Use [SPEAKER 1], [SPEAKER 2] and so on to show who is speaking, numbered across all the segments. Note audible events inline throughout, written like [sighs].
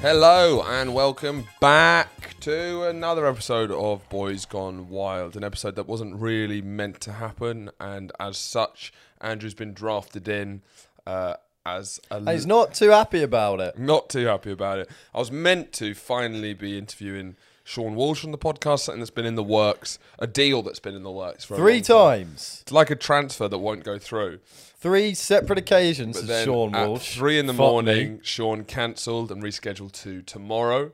[SPEAKER 1] Hello and welcome back to another episode of Boys Gone Wild, an episode that wasn't really meant to happen, and as such, Andrew's been drafted in uh, as a
[SPEAKER 2] And he's not too happy about it.
[SPEAKER 1] Not too happy about it. I was meant to finally be interviewing Sean Walsh on the podcast, something that's been in the works, a deal that's been in the works for a
[SPEAKER 2] Three
[SPEAKER 1] long time.
[SPEAKER 2] times,
[SPEAKER 1] It's like a transfer that won't go through.
[SPEAKER 2] three separate occasions
[SPEAKER 1] But
[SPEAKER 2] has
[SPEAKER 1] then
[SPEAKER 2] Sean
[SPEAKER 1] at
[SPEAKER 2] Walsh.
[SPEAKER 1] three in the
[SPEAKER 2] fucked
[SPEAKER 1] morning,
[SPEAKER 2] me.
[SPEAKER 1] Sean cancelled and rescheduled to tomorrow.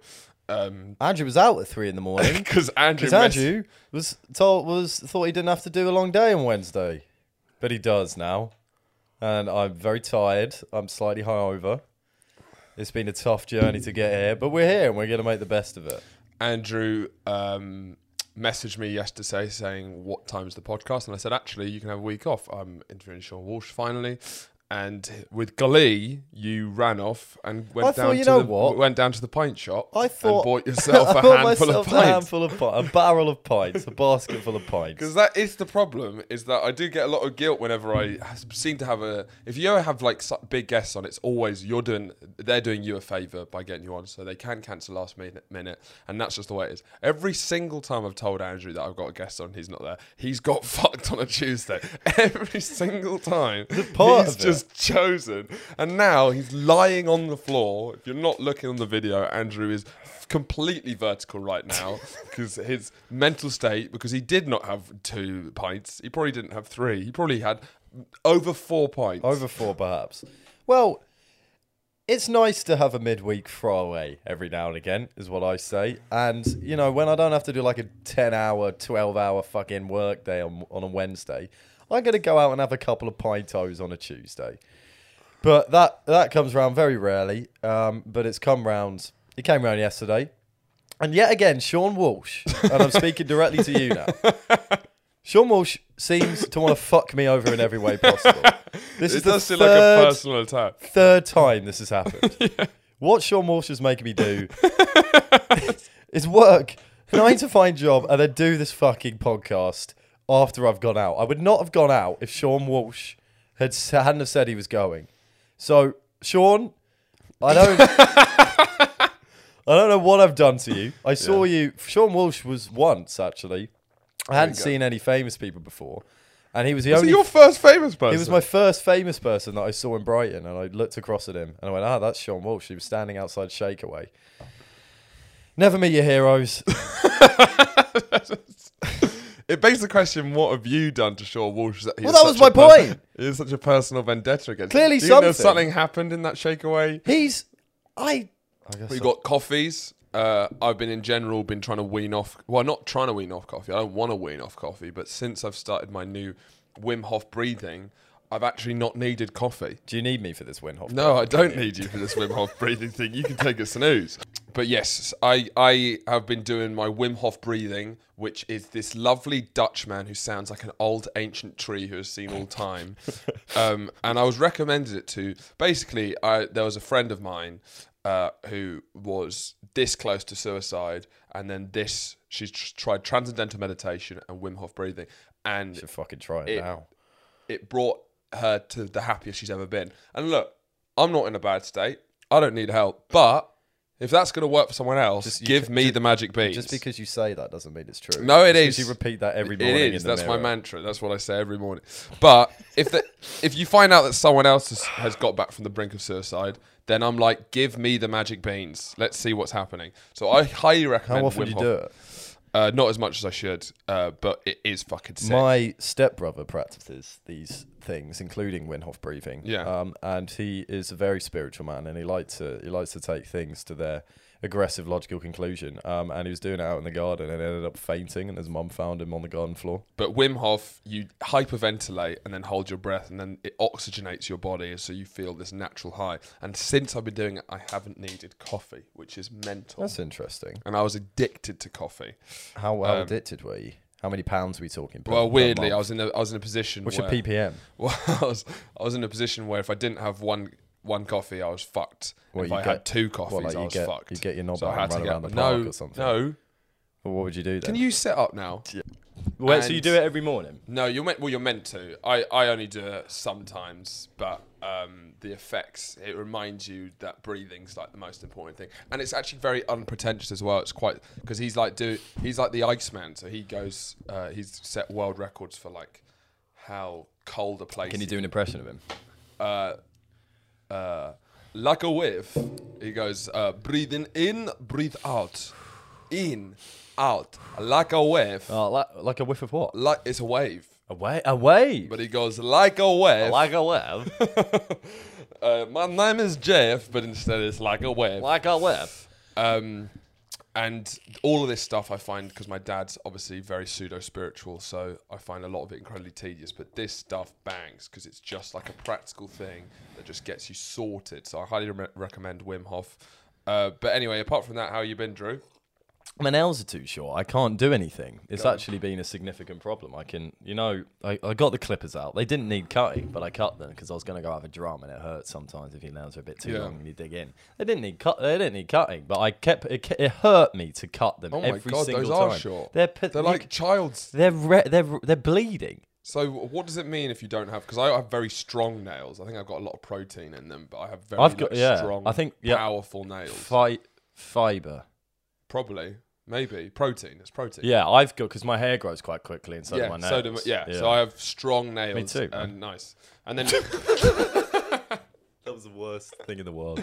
[SPEAKER 1] Um,
[SPEAKER 2] Andrew was out at three in the morning
[SPEAKER 1] because [laughs] Andrew,
[SPEAKER 2] because
[SPEAKER 1] mess-
[SPEAKER 2] Andrew was told was thought he didn't have to do a long day on Wednesday, but he does now, and I'm very tired. I'm slightly hungover. It's been a tough journey to get here, but we're here and we're gonna make the best of it.
[SPEAKER 1] Andrew um, messaged me yesterday saying what time's the podcast, and I said actually you can have a week off. I'm interviewing Sean Walsh finally, and with Glee you ran off and went
[SPEAKER 2] I
[SPEAKER 1] down
[SPEAKER 2] thought, you
[SPEAKER 1] to
[SPEAKER 2] know
[SPEAKER 1] the,
[SPEAKER 2] what?
[SPEAKER 1] went down to the pint shop.
[SPEAKER 2] I
[SPEAKER 1] and
[SPEAKER 2] thought-
[SPEAKER 1] bought yourself
[SPEAKER 2] [laughs] I
[SPEAKER 1] a
[SPEAKER 2] bought
[SPEAKER 1] handful of
[SPEAKER 2] myself a
[SPEAKER 1] pints.
[SPEAKER 2] handful of pints, a barrel of pints, a basket
[SPEAKER 1] [laughs]
[SPEAKER 2] full of pints.
[SPEAKER 1] Because that is the problem, is that I do get a lot of guilt whenever I seem to have a. If you ever have like su- big guests on, it's always you're doing, they're doing you a favor by getting you on, so they can cancel last minute, minute, and that's just the way it is. Every single time I've told Andrew that I've got a guest on, he's not there. He's got [laughs] fucked on a Tuesday every single time.
[SPEAKER 2] part
[SPEAKER 1] he's
[SPEAKER 2] of it.
[SPEAKER 1] just chosen, and now he's lying on the floor. If you're not looking on the video, Andrew is completely vertical right now
[SPEAKER 2] [laughs]
[SPEAKER 1] because his mental state because he did not have two pints he probably didn't have three he probably had over four pints
[SPEAKER 2] Over four, perhaps. Well, it's nice to have a midweek throwaway every now and again, is what I say. And, you know, when I don't have to do like a 10 hour, 12 hour fucking work day on, on a Wednesday, I'm going to go out and have a couple of pintos on a Tuesday. But that, that comes round very rarely. Um, but it's come round, it came round yesterday. And yet again, Sean Walsh, and I'm speaking directly to you
[SPEAKER 1] [laughs]
[SPEAKER 2] now. Sean Walsh seems to want to fuck me over in every
[SPEAKER 1] [laughs]
[SPEAKER 2] way possible. This
[SPEAKER 1] it
[SPEAKER 2] is the
[SPEAKER 1] does seem like a
[SPEAKER 2] third-
[SPEAKER 1] personal attack
[SPEAKER 2] third time this
[SPEAKER 1] [laughs]
[SPEAKER 2] has happened. What Sean Walsh is making me do [laughs] is work nine to five job and then do this fucking podcast after I've gone out. I would not have gone out if Sean Walsh had s- hadn't have said he was going. So Sean,
[SPEAKER 1] [laughs]
[SPEAKER 2] I don't. I don't know what I've done to you. I saw you. Sean Walsh was once actually. I hadn't
[SPEAKER 1] go.
[SPEAKER 2] seen any famous people before, and he was the
[SPEAKER 1] so
[SPEAKER 2] only
[SPEAKER 1] your first famous person
[SPEAKER 2] he was my first famous person that I saw in Brighton, and I looked across at him and I went, "Ah, that's Sean Walsh." He was standing outside Shakeaway. Never meet
[SPEAKER 1] [laughs]
[SPEAKER 2] your heroes.
[SPEAKER 1] it begs the question what have you done to Shaw Walsh that he
[SPEAKER 2] Well,
[SPEAKER 1] is
[SPEAKER 2] that was
[SPEAKER 1] such a
[SPEAKER 2] my
[SPEAKER 1] person-
[SPEAKER 2] point.
[SPEAKER 1] [laughs] he is such a personal vendetta against
[SPEAKER 2] Clearly
[SPEAKER 1] Do you know
[SPEAKER 2] something.
[SPEAKER 1] something happened in that shakeaway
[SPEAKER 2] He's, I, I guess
[SPEAKER 1] We
[SPEAKER 2] I-
[SPEAKER 1] got coffees. Uh, I've been in general been trying to wean off. Well, not trying to wean off coffee. I don't want to wean off coffee, but since I've started my new Wim Hof breathing, I've actually not needed coffee.
[SPEAKER 2] Do you need me for this win, Hoff?
[SPEAKER 1] No, I don't need you for this Wim Hof breathing thing. You can take a snooze. But yes, I I have been doing my Wim Hof breathing, which is this lovely Dutch man who sounds like an old ancient tree who has seen all time. um, and I was recommended it to. Basically, I there was a friend of mine uh, who was this close to suicide, and then this she's tr- tried transcendental meditation and Wim Hof breathing, and
[SPEAKER 2] Should fucking try it,
[SPEAKER 1] It-
[SPEAKER 2] now.
[SPEAKER 1] it brought her to the happiest she's ever been. And look, I'm not in a bad state. I don't need help. But if that's going to work for someone else,
[SPEAKER 2] Just- you
[SPEAKER 1] give
[SPEAKER 2] ca-
[SPEAKER 1] me the magic beans.
[SPEAKER 2] Just because you say that doesn't mean it's true.
[SPEAKER 1] No, it
[SPEAKER 2] it is.
[SPEAKER 1] is.
[SPEAKER 2] You repeat that every
[SPEAKER 1] it
[SPEAKER 2] morning.
[SPEAKER 1] is.
[SPEAKER 2] in the
[SPEAKER 1] That's my
[SPEAKER 2] mirror.
[SPEAKER 1] mantra. That's what I say every morning. But if the, if you find out that someone else has, has got back from the brink of suicide, then I'm like, give me the magic beans. Let's see what's happening. So I highly recommend.
[SPEAKER 2] How often
[SPEAKER 1] Wim
[SPEAKER 2] do you
[SPEAKER 1] Hof.
[SPEAKER 2] do it?
[SPEAKER 1] Uh, not as much as I should, uh, but it is fucking sick.
[SPEAKER 2] My stepbrother practices these things, including Wim Hof breathing.
[SPEAKER 1] Yeah.
[SPEAKER 2] Um, and he is a very spiritual man, and he likes to he likes to take things to their aggressive logical conclusion. Um, and he was doing it out in the garden, and ended up fainting, and his mum found him on the garden floor.
[SPEAKER 1] But Wim Hof, you hyperventilate and then hold your breath, and then it oxygenates your body, so you feel this natural high. And since I've been doing it, I haven't needed coffee, which is mental.
[SPEAKER 2] That's interesting.
[SPEAKER 1] and I was addicted to coffee.
[SPEAKER 2] How how addicted were you? How many pounds are we talking? per-
[SPEAKER 1] Um, Well,
[SPEAKER 2] per
[SPEAKER 1] weirdly,
[SPEAKER 2] month?
[SPEAKER 1] I was in a I was in a position
[SPEAKER 2] what's your
[SPEAKER 1] where
[SPEAKER 2] ppm?
[SPEAKER 1] [laughs] well, I was I was in a position where if I didn't have one one coffee, I was fucked.
[SPEAKER 2] Well,
[SPEAKER 1] if
[SPEAKER 2] you
[SPEAKER 1] I had
[SPEAKER 2] get-
[SPEAKER 1] two coffees,
[SPEAKER 2] like,
[SPEAKER 1] I
[SPEAKER 2] you
[SPEAKER 1] was
[SPEAKER 2] get-
[SPEAKER 1] fucked.
[SPEAKER 2] you get your knob
[SPEAKER 1] so
[SPEAKER 2] out
[SPEAKER 1] I had
[SPEAKER 2] and
[SPEAKER 1] to
[SPEAKER 2] run
[SPEAKER 1] get-
[SPEAKER 2] around the park
[SPEAKER 1] no,
[SPEAKER 2] or something.
[SPEAKER 1] No,
[SPEAKER 2] Well, what would you do then?
[SPEAKER 1] can you sit up now?
[SPEAKER 3] Wait, so
[SPEAKER 1] And-
[SPEAKER 3] you do it every morning?
[SPEAKER 1] No, you're meant. Well, you're meant to. I, I only do it sometimes, but um, the effects. It reminds you that breathing's like the most important thing, and it's actually very unpretentious as well. It's quite because he's like do he's like the Iceman, so he goes uh, he's set world records for like how cold a place.
[SPEAKER 2] Can you do an impression of him?
[SPEAKER 1] uh, uh, like a wave. He goes, uh, breathing in, breathe out, in, out, like a wave.
[SPEAKER 2] Oh, like, like a whiff of what?
[SPEAKER 1] Like it's a wave,
[SPEAKER 2] A wave. A wave.
[SPEAKER 1] but he goes like a wave.
[SPEAKER 2] Like a
[SPEAKER 1] [laughs]
[SPEAKER 2] wave.
[SPEAKER 1] uh, my name is Jeff, but instead it's like a wave.
[SPEAKER 2] like a wave.
[SPEAKER 1] Um, and all of this stuff I find because my dad's obviously very pseudo spiritual, so I find a lot of it incredibly tedious. But this stuff bangs because it's just like a practical thing that just gets you sorted. So I highly re- recommend Wim Hof. Uh, but anyway, apart from that, how you been, Drew?
[SPEAKER 2] My nails are too short. I can't do anything. It's actually been a significant problem. I can, you know, I, I got the clippers out. They didn't need cutting, but I cut them because I was going to go have a drum, and it hurts sometimes if your nails are a bit too
[SPEAKER 1] Yeah.
[SPEAKER 2] long and you dig in. They didn't need cut. They didn't need cutting, but I kept it. ke- It hurt me to cut them
[SPEAKER 1] Oh my
[SPEAKER 2] every
[SPEAKER 1] god,
[SPEAKER 2] single
[SPEAKER 1] those
[SPEAKER 2] time.
[SPEAKER 1] are short.
[SPEAKER 2] They're pit-
[SPEAKER 1] They're
[SPEAKER 2] you
[SPEAKER 1] like
[SPEAKER 2] c-
[SPEAKER 1] child's.
[SPEAKER 2] they're re- they're they're bleeding.
[SPEAKER 1] So what does it mean if you don't have? Because I have very strong nails. I think I've got a lot of protein in them, but I have very
[SPEAKER 2] I've got-
[SPEAKER 1] like,
[SPEAKER 2] yeah,
[SPEAKER 1] strong,
[SPEAKER 2] I think- yeah.
[SPEAKER 1] powerful nails.
[SPEAKER 2] Fight fiber.
[SPEAKER 1] Probably, maybe protein. It's protein.
[SPEAKER 2] Yeah, I've got because my hair grows quite quickly, and so do
[SPEAKER 1] yeah,
[SPEAKER 2] my nails.
[SPEAKER 1] so do my- yeah, so I have strong nails.
[SPEAKER 2] too, man.
[SPEAKER 1] And nice. And then,
[SPEAKER 2] [laughs] that was the worst thing in the world.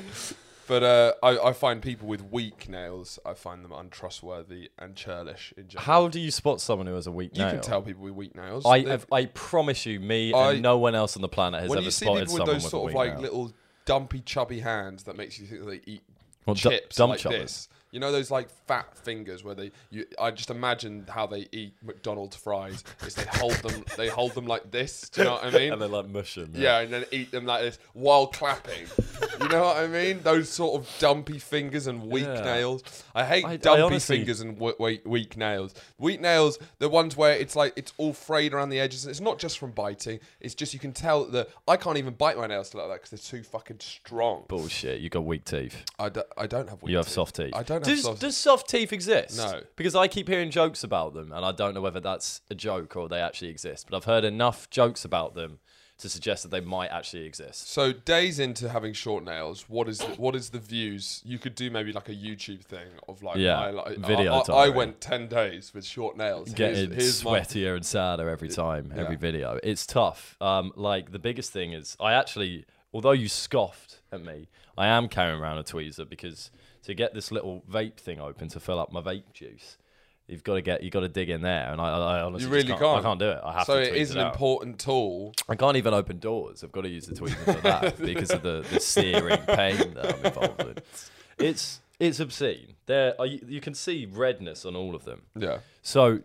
[SPEAKER 1] but uh, I, I find people with weak nails, I find them untrustworthy and churlish in general.
[SPEAKER 2] How do you spot someone who has a weak
[SPEAKER 1] you
[SPEAKER 2] nail?
[SPEAKER 1] can tell people with weak nails.
[SPEAKER 2] I,
[SPEAKER 1] They-
[SPEAKER 2] have- I promise you, me
[SPEAKER 1] I-
[SPEAKER 2] and no one else on the planet has
[SPEAKER 1] when
[SPEAKER 2] ever
[SPEAKER 1] you see people
[SPEAKER 2] spotted
[SPEAKER 1] with
[SPEAKER 2] someone
[SPEAKER 1] those
[SPEAKER 2] with a
[SPEAKER 1] sort
[SPEAKER 2] weak
[SPEAKER 1] of like
[SPEAKER 2] nail.
[SPEAKER 1] little dumpy, chubby hands that makes you think they eat
[SPEAKER 2] Well, du-
[SPEAKER 1] chips
[SPEAKER 2] dumb
[SPEAKER 1] like
[SPEAKER 2] chubbers.
[SPEAKER 1] this. You know those like fat fingers where they you I just imagine how they eat McDonald's fries is they hold them they hold them like this. Do you know what I mean?
[SPEAKER 2] and they like mush them.
[SPEAKER 1] Yeah, and then eat them like this while clapping.
[SPEAKER 2] [laughs]
[SPEAKER 1] you know what I mean? Those sort of dumpy fingers and weak
[SPEAKER 2] Yeah.
[SPEAKER 1] nails. I hate
[SPEAKER 2] I- I
[SPEAKER 1] dumpy
[SPEAKER 2] honestly-
[SPEAKER 1] fingers and w- weak, weak nails. Weak nails, the ones where it's like it's all frayed around the edges. It's not just from biting. It's just you can tell that I can't even bite my nails like that because they're too fucking strong.
[SPEAKER 2] Bullshit. You got weak teeth.
[SPEAKER 1] I, do, I don't have weak.
[SPEAKER 2] You have
[SPEAKER 1] teeth.
[SPEAKER 2] soft teeth.
[SPEAKER 1] I don't have
[SPEAKER 2] does,
[SPEAKER 1] soft.
[SPEAKER 2] Does soft teeth exist?
[SPEAKER 1] No.
[SPEAKER 2] Because I keep hearing jokes about them, and I don't know whether that's a joke or they actually exist. But I've heard enough jokes about them to suggest that they might actually exist.
[SPEAKER 1] So days into having short nails, what is what is the views? You could do maybe like a YouTube thing of like
[SPEAKER 2] Yeah,
[SPEAKER 1] my, like,
[SPEAKER 2] video
[SPEAKER 1] I, I- I
[SPEAKER 2] diary.
[SPEAKER 1] went ten days with short nails.
[SPEAKER 2] Getting
[SPEAKER 1] my-
[SPEAKER 2] sweatier and sadder every time, every
[SPEAKER 1] yeah.
[SPEAKER 2] video. It's tough. Um, like the biggest thing is, I actually, although you scoffed at me, I am carrying around a tweezer because to get this little vape thing open to fill up my vape juice, you've got to get, you got to dig in there, and I, I I honestly
[SPEAKER 1] You
[SPEAKER 2] just
[SPEAKER 1] really
[SPEAKER 2] can't,
[SPEAKER 1] can't.
[SPEAKER 2] I can't do it. I have
[SPEAKER 1] so
[SPEAKER 2] to.
[SPEAKER 1] it
[SPEAKER 2] tweeze
[SPEAKER 1] is an
[SPEAKER 2] out.
[SPEAKER 1] important tool.
[SPEAKER 2] I can't even open doors. I've got to use the tweezer for
[SPEAKER 1] [laughs]
[SPEAKER 2] that because of the, the searing pain that I'm involved in. It's it's obscene. There, are, you, you can see redness on all of them.
[SPEAKER 1] Yeah.
[SPEAKER 2] So,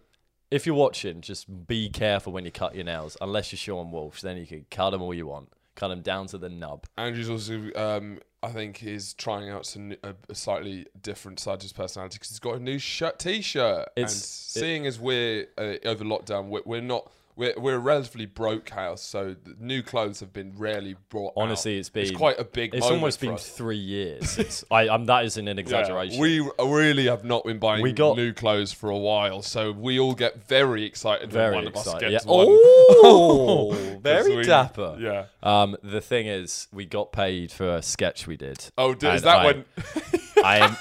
[SPEAKER 2] if you're watching, just be careful when you cut your nails. Unless you're Sean Walsh, then you can cut them all you want. Cut them down to the nub.
[SPEAKER 1] Andrew's also, um, I think, is trying out some a, a slightly different side to his personality because he's got a new shirt, t-shirt. and
[SPEAKER 2] It's-
[SPEAKER 1] seeing as we're uh, over lockdown, we're, we're not. We're, we're a relatively broke house, so the new clothes have been rarely brought. out.
[SPEAKER 2] Honestly, it's been
[SPEAKER 1] quite a big.
[SPEAKER 2] It's
[SPEAKER 1] moment
[SPEAKER 2] almost
[SPEAKER 1] for
[SPEAKER 2] been
[SPEAKER 1] us.
[SPEAKER 2] three
[SPEAKER 1] [laughs]
[SPEAKER 2] years. It's, I, I'm that isn't an
[SPEAKER 1] Yeah,
[SPEAKER 2] exaggeration.
[SPEAKER 1] we really have not been buying
[SPEAKER 2] We got-
[SPEAKER 1] new clothes for a while, so we all get very excited
[SPEAKER 2] very
[SPEAKER 1] when one
[SPEAKER 2] excited.
[SPEAKER 1] of us
[SPEAKER 2] Yeah.
[SPEAKER 1] gets one.
[SPEAKER 2] Oh,
[SPEAKER 1] [laughs] 'Cause
[SPEAKER 2] very
[SPEAKER 1] we-
[SPEAKER 2] dapper.
[SPEAKER 1] Yeah.
[SPEAKER 2] Um, the thing is, we got paid for a sketch we did.
[SPEAKER 1] Oh, d- is
[SPEAKER 2] and
[SPEAKER 1] that
[SPEAKER 2] I,
[SPEAKER 1] when?
[SPEAKER 2] [laughs] I, am,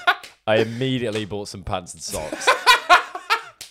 [SPEAKER 2] I immediately bought some pants
[SPEAKER 1] [laughs]
[SPEAKER 2] and socks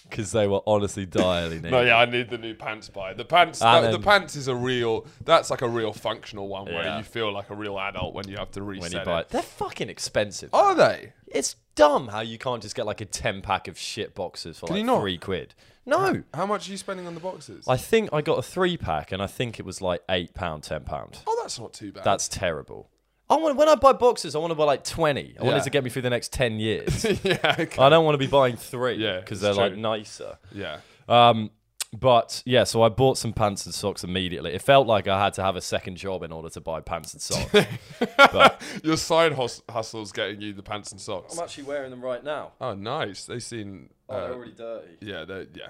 [SPEAKER 2] because they were honestly direly needed.
[SPEAKER 1] No, yeah, I need the new pants buy. The pants,
[SPEAKER 2] And
[SPEAKER 1] the, the
[SPEAKER 2] then-
[SPEAKER 1] pants is a real. That's like a real functional one where
[SPEAKER 2] Yeah.
[SPEAKER 1] you feel like a real adult when you have to
[SPEAKER 2] When
[SPEAKER 1] reset
[SPEAKER 2] you buy
[SPEAKER 1] it.
[SPEAKER 2] it. They're fucking expensive.
[SPEAKER 1] Are they?
[SPEAKER 2] It's dumb how you can't just get like a 10 pack of shit boxes for
[SPEAKER 1] you
[SPEAKER 2] like
[SPEAKER 1] not?
[SPEAKER 2] three quid. No.
[SPEAKER 1] How much are you spending on the boxes?
[SPEAKER 2] I think I got a three pack and I think it was like £8, £10.
[SPEAKER 1] oh, that's not too bad.
[SPEAKER 2] That's terrible. I want, when I buy boxes, I want to buy like 20. I want
[SPEAKER 1] Yeah.
[SPEAKER 2] it to get me through the next 10 years.
[SPEAKER 1] [laughs]
[SPEAKER 2] [laughs]
[SPEAKER 1] yeah, okay.
[SPEAKER 2] I don't want to be buying three
[SPEAKER 1] Yeah,
[SPEAKER 2] because
[SPEAKER 1] it's
[SPEAKER 2] they're like
[SPEAKER 1] true.
[SPEAKER 2] nicer.
[SPEAKER 1] yeah.
[SPEAKER 2] Um, but yeah, so I bought some pants and socks immediately. It felt like I had to have a second job in order to buy pants and [laughs] socks.
[SPEAKER 1] Your side hus- hustle's getting you the pants and socks.
[SPEAKER 2] actually wearing them right now.
[SPEAKER 1] Oh, nice. They seem. uh,
[SPEAKER 2] already dirty.
[SPEAKER 1] yeah, they yeah,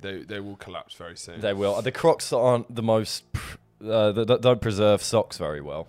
[SPEAKER 1] they they will collapse very soon.
[SPEAKER 2] They will. The Crocs aren't the most. pr- Uh, that don't preserve socks very well.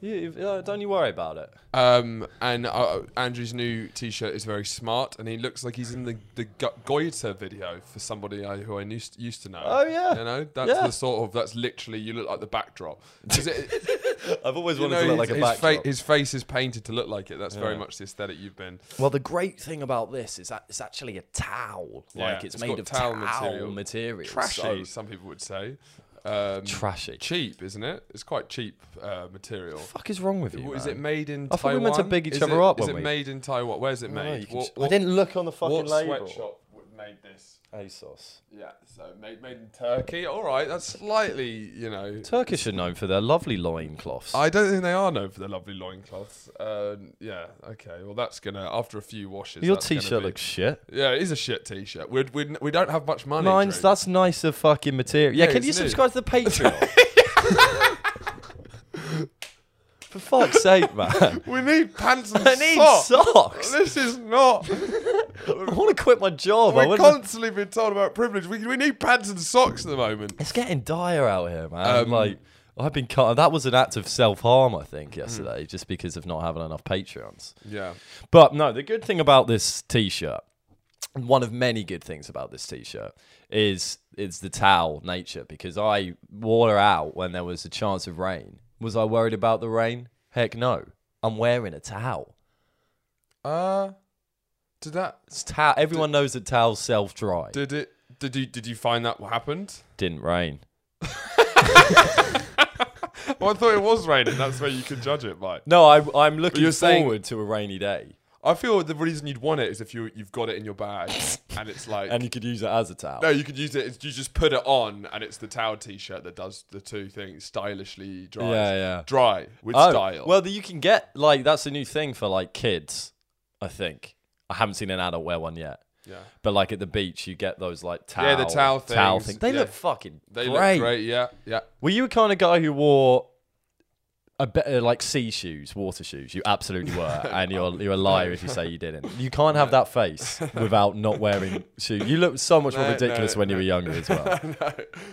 [SPEAKER 2] You, you- uh, don't you worry about it.
[SPEAKER 1] Um, and uh, Andrew's new T-shirt is very smart, and he looks like he's in the the Go- Goiter video for somebody I, who I used used to know.
[SPEAKER 2] Oh, yeah.
[SPEAKER 1] you know that's
[SPEAKER 2] Yeah.
[SPEAKER 1] the sort of that's literally you look like the backdrop.
[SPEAKER 4] [laughs]
[SPEAKER 1] 'Cause it-
[SPEAKER 2] I've always
[SPEAKER 1] you
[SPEAKER 2] wanted
[SPEAKER 1] know,
[SPEAKER 2] to look like
[SPEAKER 1] his,
[SPEAKER 2] a
[SPEAKER 1] his, fa-
[SPEAKER 2] backdrop.
[SPEAKER 1] his face is painted to look like it. That's very much the aesthetic you've been.
[SPEAKER 2] Well, the great thing about this is that it's actually a towel.
[SPEAKER 1] Yeah,
[SPEAKER 2] like it's,
[SPEAKER 1] it's
[SPEAKER 2] made
[SPEAKER 1] got
[SPEAKER 2] of
[SPEAKER 1] towel
[SPEAKER 2] towel,
[SPEAKER 1] material.
[SPEAKER 2] material.
[SPEAKER 1] Trashy,
[SPEAKER 2] so-
[SPEAKER 1] some people would say. Um,
[SPEAKER 2] trashy.
[SPEAKER 1] cheap, isn't it? It's quite cheap uh, material.
[SPEAKER 2] fuck is wrong with you?
[SPEAKER 1] What, Is
[SPEAKER 2] man?
[SPEAKER 1] it made in
[SPEAKER 2] I thought
[SPEAKER 1] Taiwan?
[SPEAKER 2] we meant to big each
[SPEAKER 1] Is
[SPEAKER 2] other
[SPEAKER 1] it-
[SPEAKER 2] up,
[SPEAKER 1] Is
[SPEAKER 2] weren't
[SPEAKER 1] it
[SPEAKER 2] we?
[SPEAKER 1] made in Taiwan? What- Where's it
[SPEAKER 4] I, don't know, you
[SPEAKER 1] made?
[SPEAKER 4] can
[SPEAKER 1] What-
[SPEAKER 4] just- I
[SPEAKER 1] what-
[SPEAKER 4] didn't look on the fucking
[SPEAKER 1] what
[SPEAKER 4] label.
[SPEAKER 1] sweatshop w- made this?
[SPEAKER 4] ASOS.
[SPEAKER 1] Yeah, so made, made in Turkey. All right, that's slightly, you know.
[SPEAKER 2] Turkish are known for their lovely loincloths.
[SPEAKER 1] I don't think they are known for their lovely loincloths. Uh, yeah, okay. Well, that's gonna after a few washes.
[SPEAKER 2] Your
[SPEAKER 1] that's gonna
[SPEAKER 2] t-shirt
[SPEAKER 1] be-
[SPEAKER 2] looks shit.
[SPEAKER 1] Yeah, it is a shit t-shirt. We'd, we'd, we don't have much money.
[SPEAKER 2] Mine's
[SPEAKER 1] Drew.
[SPEAKER 2] that's nicer fucking material. Yeah,
[SPEAKER 1] Yeah,
[SPEAKER 2] can
[SPEAKER 1] it's
[SPEAKER 2] you
[SPEAKER 1] new.
[SPEAKER 2] subscribe to the [laughs] Patreon? For fuck's
[SPEAKER 1] [laughs]
[SPEAKER 2] sake, man!
[SPEAKER 1] We need pants and
[SPEAKER 2] [laughs] I need
[SPEAKER 1] socks.
[SPEAKER 2] socks.
[SPEAKER 1] This is not.
[SPEAKER 2] [laughs] I want to quit my job. I
[SPEAKER 1] We're
[SPEAKER 2] wouldn't-
[SPEAKER 1] constantly being told about privilege. We, we need pants and socks at the moment.
[SPEAKER 2] It's getting dire out here, man.
[SPEAKER 1] Um,
[SPEAKER 2] like I've been cut. That was an act of self harm, I think, yesterday, just because of not having enough Patreons.
[SPEAKER 1] Yeah.
[SPEAKER 2] But no, the good thing about this T-shirt, and one of many good things about this T-shirt, is it's the towel nature because I wore her out when there was a chance of rain. Was I worried about the rain? Heck no. I'm wearing a towel.
[SPEAKER 1] Uh, did that?
[SPEAKER 2] It's towel. Everyone knows that towels self dry.
[SPEAKER 1] Did it? Did you? Did you find that what happened?
[SPEAKER 2] Didn't rain.
[SPEAKER 1] Well, I thought it was raining. That's where you could judge it by.
[SPEAKER 2] No, I, I'm looking
[SPEAKER 1] you're saying-
[SPEAKER 2] forward to a rainy day,
[SPEAKER 1] I feel the reason you'd want it is if you you've got it in your bag and it's like
[SPEAKER 2] and you could use it as a towel.
[SPEAKER 1] no, you could use it. It's, you just put it on and it's the towel t-shirt that does the two things stylishly dry.
[SPEAKER 2] Yeah, yeah.
[SPEAKER 1] Dry with style.
[SPEAKER 2] Oh, Well, that you can get like that's a new thing for like kids. I think I haven't seen an adult wear one yet.
[SPEAKER 1] yeah.
[SPEAKER 2] But like at the beach, you get those like towel,
[SPEAKER 1] Yeah, the towel
[SPEAKER 2] towel
[SPEAKER 1] things,
[SPEAKER 2] thing. They
[SPEAKER 1] yeah.
[SPEAKER 2] look fucking
[SPEAKER 1] They
[SPEAKER 2] great.
[SPEAKER 1] look great. Yeah, yeah. [laughs]
[SPEAKER 2] Were you a kind of guy who wore a better like sea shoes, water shoes? You absolutely were,
[SPEAKER 1] [laughs]
[SPEAKER 2] and you're you're a liar if you say you didn't. You can't have that face without
[SPEAKER 1] [laughs]
[SPEAKER 2] not wearing shoes. You looked so much more
[SPEAKER 1] No, no,
[SPEAKER 2] ridiculous when you
[SPEAKER 1] no.
[SPEAKER 2] were younger as well.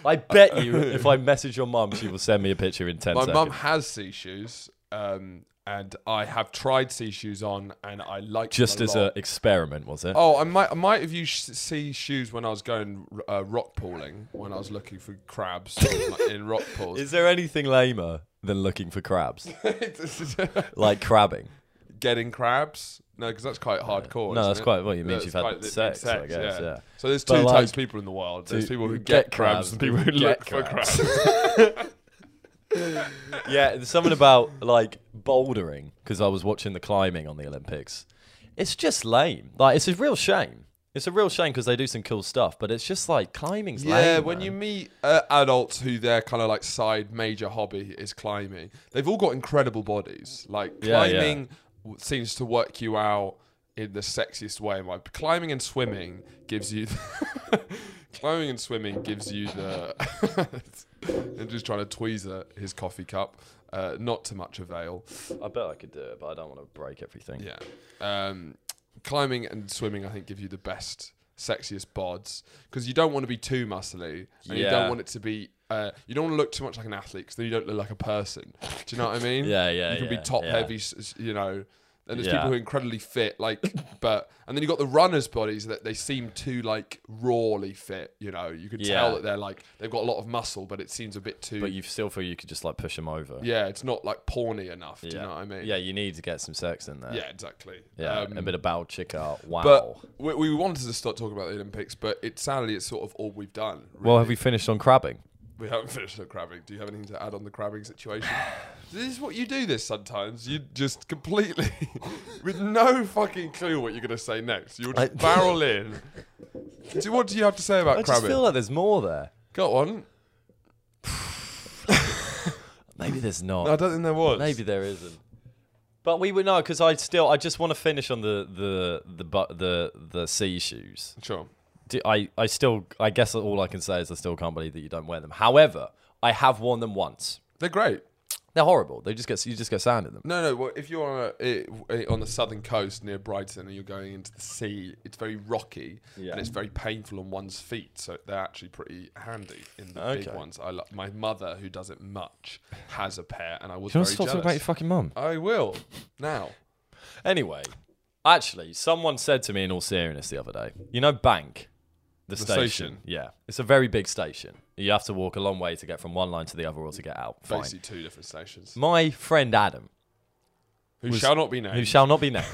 [SPEAKER 2] I
[SPEAKER 1] [laughs]
[SPEAKER 2] bet you, if I message your mum, she will send me a picture in ten
[SPEAKER 1] My
[SPEAKER 2] seconds.
[SPEAKER 1] mum has sea shoes, um, and I have tried sea shoes on, and I like
[SPEAKER 2] Just
[SPEAKER 1] them
[SPEAKER 2] as
[SPEAKER 1] lot.
[SPEAKER 2] an experiment, was it?
[SPEAKER 1] Oh, I might I might have used sea shoes when I was going uh, rock pooling when I was looking for crabs
[SPEAKER 2] [laughs]
[SPEAKER 1] in, in rock pools.
[SPEAKER 2] Is there anything lamer than looking
[SPEAKER 1] [laughs]
[SPEAKER 2] for crabs? like crabbing?
[SPEAKER 1] Getting crabs? No, because that's quite hardcore.
[SPEAKER 2] No,
[SPEAKER 1] isn't
[SPEAKER 2] that's
[SPEAKER 1] it?
[SPEAKER 2] quite- well, it means
[SPEAKER 1] That's
[SPEAKER 2] you've had
[SPEAKER 1] quite- it
[SPEAKER 2] sex,
[SPEAKER 1] means
[SPEAKER 2] I guess, yeah.
[SPEAKER 1] So there's two
[SPEAKER 2] But, like,
[SPEAKER 1] types of people in the world. There's
[SPEAKER 2] to-
[SPEAKER 1] people who
[SPEAKER 2] who
[SPEAKER 1] get,
[SPEAKER 2] get
[SPEAKER 1] crabs and
[SPEAKER 2] crabs,
[SPEAKER 1] people who
[SPEAKER 2] get
[SPEAKER 1] look for
[SPEAKER 2] crabs.
[SPEAKER 1] crabs.
[SPEAKER 2] Yeah, there's something about like bouldering because I was watching the climbing on the Olympics. It's just lame. Like it's a real shame. It's a real shame because they do some cool stuff, but it's just like climbing's lame.
[SPEAKER 1] Yeah, when
[SPEAKER 2] man.
[SPEAKER 1] you meet uh, adults who their kind of like side major hobby is climbing, they've all got incredible bodies. Like
[SPEAKER 2] Yeah, yeah.
[SPEAKER 1] climbing w seems to work you out in the sexiest way. My climbing and swimming gives you. [laughs] climbing and swimming gives you the. [laughs] I'm just trying to tweezer his coffee cup. Uh, not to much avail.
[SPEAKER 2] I bet I could do it, but I don't want to break everything.
[SPEAKER 1] Yeah. Um, climbing and swimming, I think, give you the best, sexiest bods because you don't want to be too muscly and you don't
[SPEAKER 2] Yeah.
[SPEAKER 1] want it to be. Uh, you don't want to look too much like an athlete because then you don't look like a person. Do you know
[SPEAKER 2] [laughs]
[SPEAKER 1] what I mean?
[SPEAKER 2] Yeah, yeah,
[SPEAKER 1] You can
[SPEAKER 2] yeah,
[SPEAKER 1] be top
[SPEAKER 2] yeah.
[SPEAKER 1] heavy, s- s- you know. And there's
[SPEAKER 2] Yeah.
[SPEAKER 1] people who are incredibly fit, like, but and then you got the runners' bodies that they seem too like rawly fit. You know, you can
[SPEAKER 2] Yeah.
[SPEAKER 1] tell that they're like they've got a lot of muscle, but it seems a bit too.
[SPEAKER 2] But you still feel you could just like push them over.
[SPEAKER 1] yeah, it's not like porny enough. Do
[SPEAKER 2] Yeah.
[SPEAKER 1] you know what I mean?
[SPEAKER 2] Yeah, you need to get some sex in there.
[SPEAKER 1] yeah, exactly.
[SPEAKER 2] Yeah,
[SPEAKER 1] Um,
[SPEAKER 2] a bit of bow chica. Wow.
[SPEAKER 1] But we, we wanted to start talking about the Olympics, but it sadly it's sort of all we've done.
[SPEAKER 2] well, have we finished on crabbing?
[SPEAKER 1] We haven't [laughs] finished the crabbing. Do you have anything to add on the crabbing
[SPEAKER 2] [sighs]
[SPEAKER 1] situation? this is what you do. This sometimes you just completely, [laughs] with no fucking clue what you're going to say next. You'll just
[SPEAKER 2] I-
[SPEAKER 1] barrel in. Do what do you have to say about
[SPEAKER 2] I just
[SPEAKER 1] Uh, crabbing?
[SPEAKER 2] feel like there's more there.
[SPEAKER 1] Go on.
[SPEAKER 2] Maybe there's not.
[SPEAKER 1] I don't think there was.
[SPEAKER 2] Maybe there isn't. But we would know because I still I just want to finish on the the the bu- the the sea shoes.
[SPEAKER 1] Sure.
[SPEAKER 2] Do, I I still I guess all I can say is I still can't believe that you don't wear them. However, I have worn them once.
[SPEAKER 1] They're great.
[SPEAKER 2] They're horrible. They just get you just get sand in them.
[SPEAKER 1] No, no. Well, if you're on, a, eh, on the southern coast near Brighton and you're going into the sea, it's very rocky
[SPEAKER 4] Yeah.
[SPEAKER 1] and it's very painful on one's feet. So they're actually pretty handy in the big
[SPEAKER 2] Okay.
[SPEAKER 1] ones. I lo- my mother, who doesn't much, has a pair, and I was
[SPEAKER 2] Do
[SPEAKER 1] very
[SPEAKER 2] you want to stop talking
[SPEAKER 1] jealous.
[SPEAKER 2] about your fucking mum?
[SPEAKER 1] I will now.
[SPEAKER 2] Anyway, actually, someone said to me in all seriousness the other day, you know, Bank, the, station.
[SPEAKER 1] station.
[SPEAKER 2] Yeah, it's a very big station. You have to walk a long way to get from one line to the other or to get out. Fine.
[SPEAKER 1] Basically, two different stations.
[SPEAKER 2] My friend Adam,
[SPEAKER 1] Who shall not be
[SPEAKER 2] who
[SPEAKER 1] named?
[SPEAKER 2] shall not
[SPEAKER 1] [laughs]
[SPEAKER 2] be named,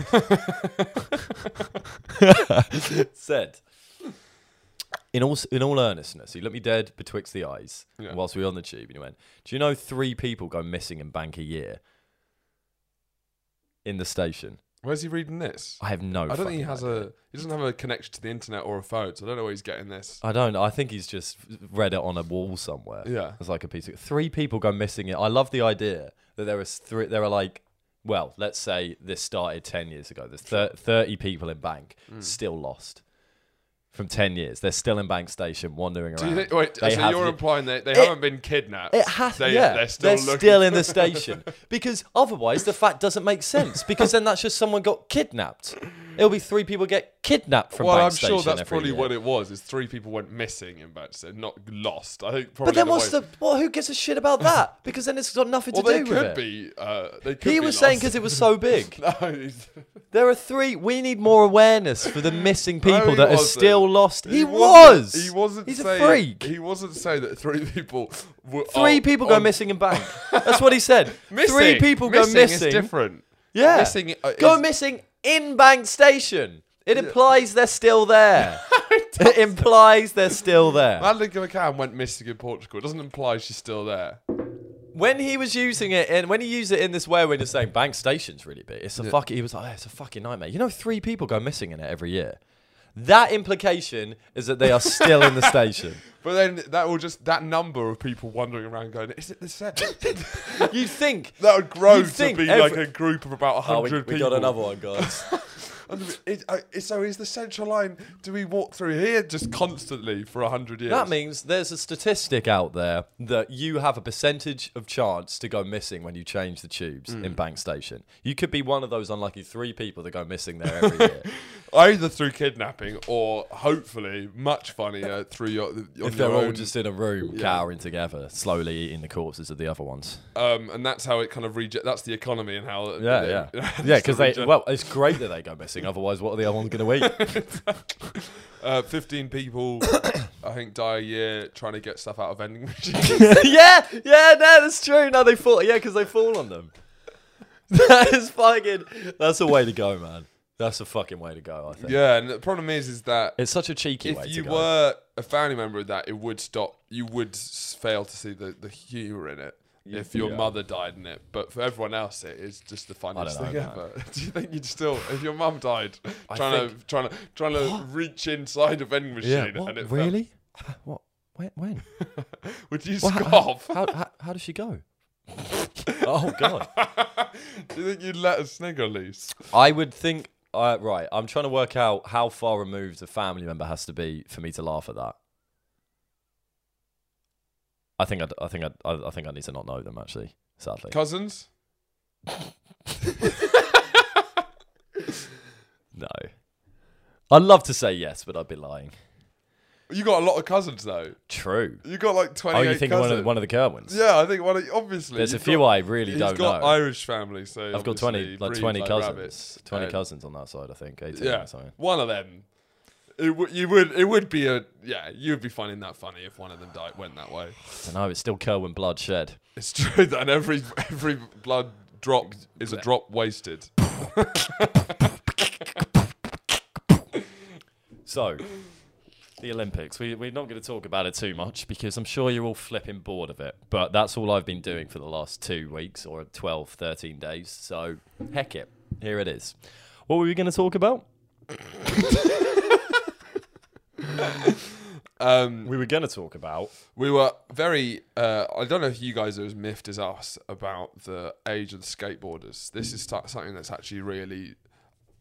[SPEAKER 2] said, in all, in all earnestness, he looked me dead betwixt the eyes
[SPEAKER 1] Yeah.
[SPEAKER 2] whilst we were on the tube and he went, Do you know three people go missing in Bank a year in the station?
[SPEAKER 1] Where's he reading this?
[SPEAKER 2] I have no
[SPEAKER 1] I don't think he
[SPEAKER 2] fucking
[SPEAKER 1] has a. He doesn't have a connection to the internet or a phone, so I don't know where he's getting this.
[SPEAKER 2] I don't. know. I think he's just read it on a wall somewhere.
[SPEAKER 1] Yeah.
[SPEAKER 2] it's like a piece of three people go missing. It. I love the idea that there is three. There are like, well, let's say this started ten years ago. There's thir- thirty people in Bank
[SPEAKER 1] Hmm.
[SPEAKER 2] still lost from ten years. They're still in Bank Station wandering around.
[SPEAKER 1] Do you think, wait,
[SPEAKER 2] They
[SPEAKER 1] so
[SPEAKER 2] have
[SPEAKER 1] you're
[SPEAKER 2] the-
[SPEAKER 1] implying that they haven't been kidnapped?
[SPEAKER 2] it has,
[SPEAKER 1] They,
[SPEAKER 2] yeah.
[SPEAKER 1] They're still looking. [laughs]
[SPEAKER 2] in the station because otherwise the fact doesn't make sense because then that's just someone got kidnapped. It'll be three people get kidnapped from
[SPEAKER 1] well,
[SPEAKER 2] Bank
[SPEAKER 1] I'm
[SPEAKER 2] Station
[SPEAKER 1] sure that's
[SPEAKER 2] every
[SPEAKER 1] probably
[SPEAKER 2] year.
[SPEAKER 1] what it was. Is three people went missing in Manchester, not lost. I think probably.
[SPEAKER 2] But then
[SPEAKER 1] the
[SPEAKER 2] what's
[SPEAKER 1] way-
[SPEAKER 2] the well? Who gives a shit about that? Because then it's got nothing
[SPEAKER 1] Well,
[SPEAKER 2] to
[SPEAKER 1] they
[SPEAKER 2] do with
[SPEAKER 1] could
[SPEAKER 2] it.
[SPEAKER 1] be. Uh, they could
[SPEAKER 2] He
[SPEAKER 1] be
[SPEAKER 2] was saying
[SPEAKER 1] lost.
[SPEAKER 2] because it was
[SPEAKER 1] [laughs]
[SPEAKER 2] so big.
[SPEAKER 1] No, he's-
[SPEAKER 2] There are three. We need more awareness for
[SPEAKER 1] [laughs]
[SPEAKER 2] the missing people
[SPEAKER 1] Oh, he
[SPEAKER 2] that are
[SPEAKER 1] wasn't.
[SPEAKER 2] still lost. He,
[SPEAKER 1] wasn't-
[SPEAKER 2] was.
[SPEAKER 1] [laughs] He wasn't.
[SPEAKER 2] He's
[SPEAKER 1] saying,
[SPEAKER 2] a freak.
[SPEAKER 1] He wasn't saying that three people. Were,
[SPEAKER 2] three
[SPEAKER 1] are
[SPEAKER 2] people go
[SPEAKER 1] on-
[SPEAKER 2] missing in
[SPEAKER 1] [laughs]
[SPEAKER 2] bank. That's what he said.
[SPEAKER 1] Missing.
[SPEAKER 2] Three people
[SPEAKER 1] missing
[SPEAKER 2] go missing.
[SPEAKER 1] Is different.
[SPEAKER 2] Yeah.
[SPEAKER 1] Missing. uh,
[SPEAKER 2] go
[SPEAKER 1] is-
[SPEAKER 2] missing in bank station. It implies they're
[SPEAKER 1] [laughs]
[SPEAKER 2] still there. it implies they're still there.
[SPEAKER 1] Madeline McCann went missing in Portugal. It doesn't imply she's still there.
[SPEAKER 2] when he was using it and when he used it in this way when he's saying bank station's really big it's a fuck he was like "Oh, it's a fucking nightmare you know three people go missing in it every year that implication is that they are still in the
[SPEAKER 1] [laughs]
[SPEAKER 2] station
[SPEAKER 1] But then that will just that number of people wandering around going, is it the same? [laughs] that
[SPEAKER 2] you think
[SPEAKER 1] would grow
[SPEAKER 2] You'd
[SPEAKER 1] to
[SPEAKER 2] think
[SPEAKER 1] be
[SPEAKER 2] every-
[SPEAKER 1] like a group of about
[SPEAKER 2] oh
[SPEAKER 1] hundred people.
[SPEAKER 2] we, we got another one guys
[SPEAKER 1] [laughs] And it- I- it- so is the central line? Do we walk through here just constantly for hundred years?
[SPEAKER 2] that means there's a statistic out there that you have a percentage of chance to go missing when you change the tubes in
[SPEAKER 1] Mm.
[SPEAKER 2] bank station you could be one of those unlucky three people that go missing there every
[SPEAKER 1] [laughs]
[SPEAKER 2] year
[SPEAKER 1] either through kidnapping or hopefully much funnier through your. On
[SPEAKER 2] if
[SPEAKER 1] your
[SPEAKER 2] they're all
[SPEAKER 1] own-
[SPEAKER 2] just in a room cowering together slowly eating the corpses of the other ones
[SPEAKER 1] um, and that's how it kind of rege- That's the economy and how. [laughs]
[SPEAKER 2] [laughs] Yeah, yeah, yeah. Because they well, it's great that they go missing. Otherwise, what are the other ones going to eat?
[SPEAKER 1] uh, fifteen
[SPEAKER 2] [coughs]
[SPEAKER 1] people, I think, die a year trying to get stuff out of
[SPEAKER 2] [laughs]
[SPEAKER 1] vending machines.
[SPEAKER 2] [laughs] yeah, yeah. No, that's true. No, they fall. Yeah, because they fall on them. [laughs] That is fucking. That's a way to go, man. That's a fucking way to go. I think.
[SPEAKER 1] yeah, and the problem is, is that
[SPEAKER 2] It's such a cheeky way
[SPEAKER 1] if
[SPEAKER 2] to
[SPEAKER 1] you
[SPEAKER 2] go.
[SPEAKER 1] were a family member of that, it would stop. You would s- fail to see the, the humour in it if your
[SPEAKER 2] yeah.
[SPEAKER 1] mother died in it. But for everyone else, it is just the funniest
[SPEAKER 2] know,
[SPEAKER 1] thing
[SPEAKER 2] man.
[SPEAKER 1] ever. [laughs] Do you think you'd still, if your mum died,
[SPEAKER 2] I
[SPEAKER 1] trying to trying to trying to reach inside a vending machine,
[SPEAKER 2] yeah.
[SPEAKER 1] and it
[SPEAKER 2] What,
[SPEAKER 1] fell-
[SPEAKER 2] really? What? When?
[SPEAKER 1] [laughs]
[SPEAKER 2] when?
[SPEAKER 1] would you
[SPEAKER 2] Well, how-
[SPEAKER 1] scoff?
[SPEAKER 2] How, how, how does
[SPEAKER 1] [laughs]
[SPEAKER 2] she go? oh god.
[SPEAKER 1] Do you think you'd let a snigger loose?
[SPEAKER 2] I would think. Uh, right, I'm trying to work out how far removed a family member has to be for me to laugh at that. I think I'd, I think I'd, I I think I need to not know them actually. Sadly,
[SPEAKER 1] Cousins?
[SPEAKER 2] no. I'd love to say yes, but I'd be lying.
[SPEAKER 1] You got a lot of cousins though.
[SPEAKER 2] True.
[SPEAKER 1] You got like twenty
[SPEAKER 2] Oh,
[SPEAKER 1] eight
[SPEAKER 2] you think one
[SPEAKER 1] cousins.
[SPEAKER 2] of the, one of the Kerwins?
[SPEAKER 1] yeah, I think one of obviously.
[SPEAKER 2] There's a
[SPEAKER 1] you've
[SPEAKER 2] few
[SPEAKER 1] got-
[SPEAKER 2] I really
[SPEAKER 1] He's
[SPEAKER 2] don't
[SPEAKER 1] got
[SPEAKER 2] know.
[SPEAKER 1] Irish family, so
[SPEAKER 2] I've got twenty,
[SPEAKER 1] obviously
[SPEAKER 2] like
[SPEAKER 1] breed
[SPEAKER 2] twenty cousins,
[SPEAKER 1] rabbits.
[SPEAKER 2] twenty
[SPEAKER 1] Uh,
[SPEAKER 2] cousins on that side. I think eighteen.
[SPEAKER 1] Yeah,
[SPEAKER 2] or something.
[SPEAKER 1] one of them. It w- you would it would be a yeah you would be finding that funny if one of them died went that way.
[SPEAKER 2] I don't know. It's still Kerwin bloodshed.
[SPEAKER 1] It's true [laughs] that every every blood drop is a drop wasted.
[SPEAKER 2] So, [clears throat] the Olympics. We, we're not going to talk about it too much because I'm sure you're all flipping bored of it. But that's all I've been doing for the last two weeks or 12, 13 days. So, heck it. Here it is. What were we going to talk about?
[SPEAKER 1] Um,
[SPEAKER 2] We were going to talk about.
[SPEAKER 1] we were very uh, I don't know if you guys are as miffed as us about the age of the skateboarders. This is sta- something that's actually really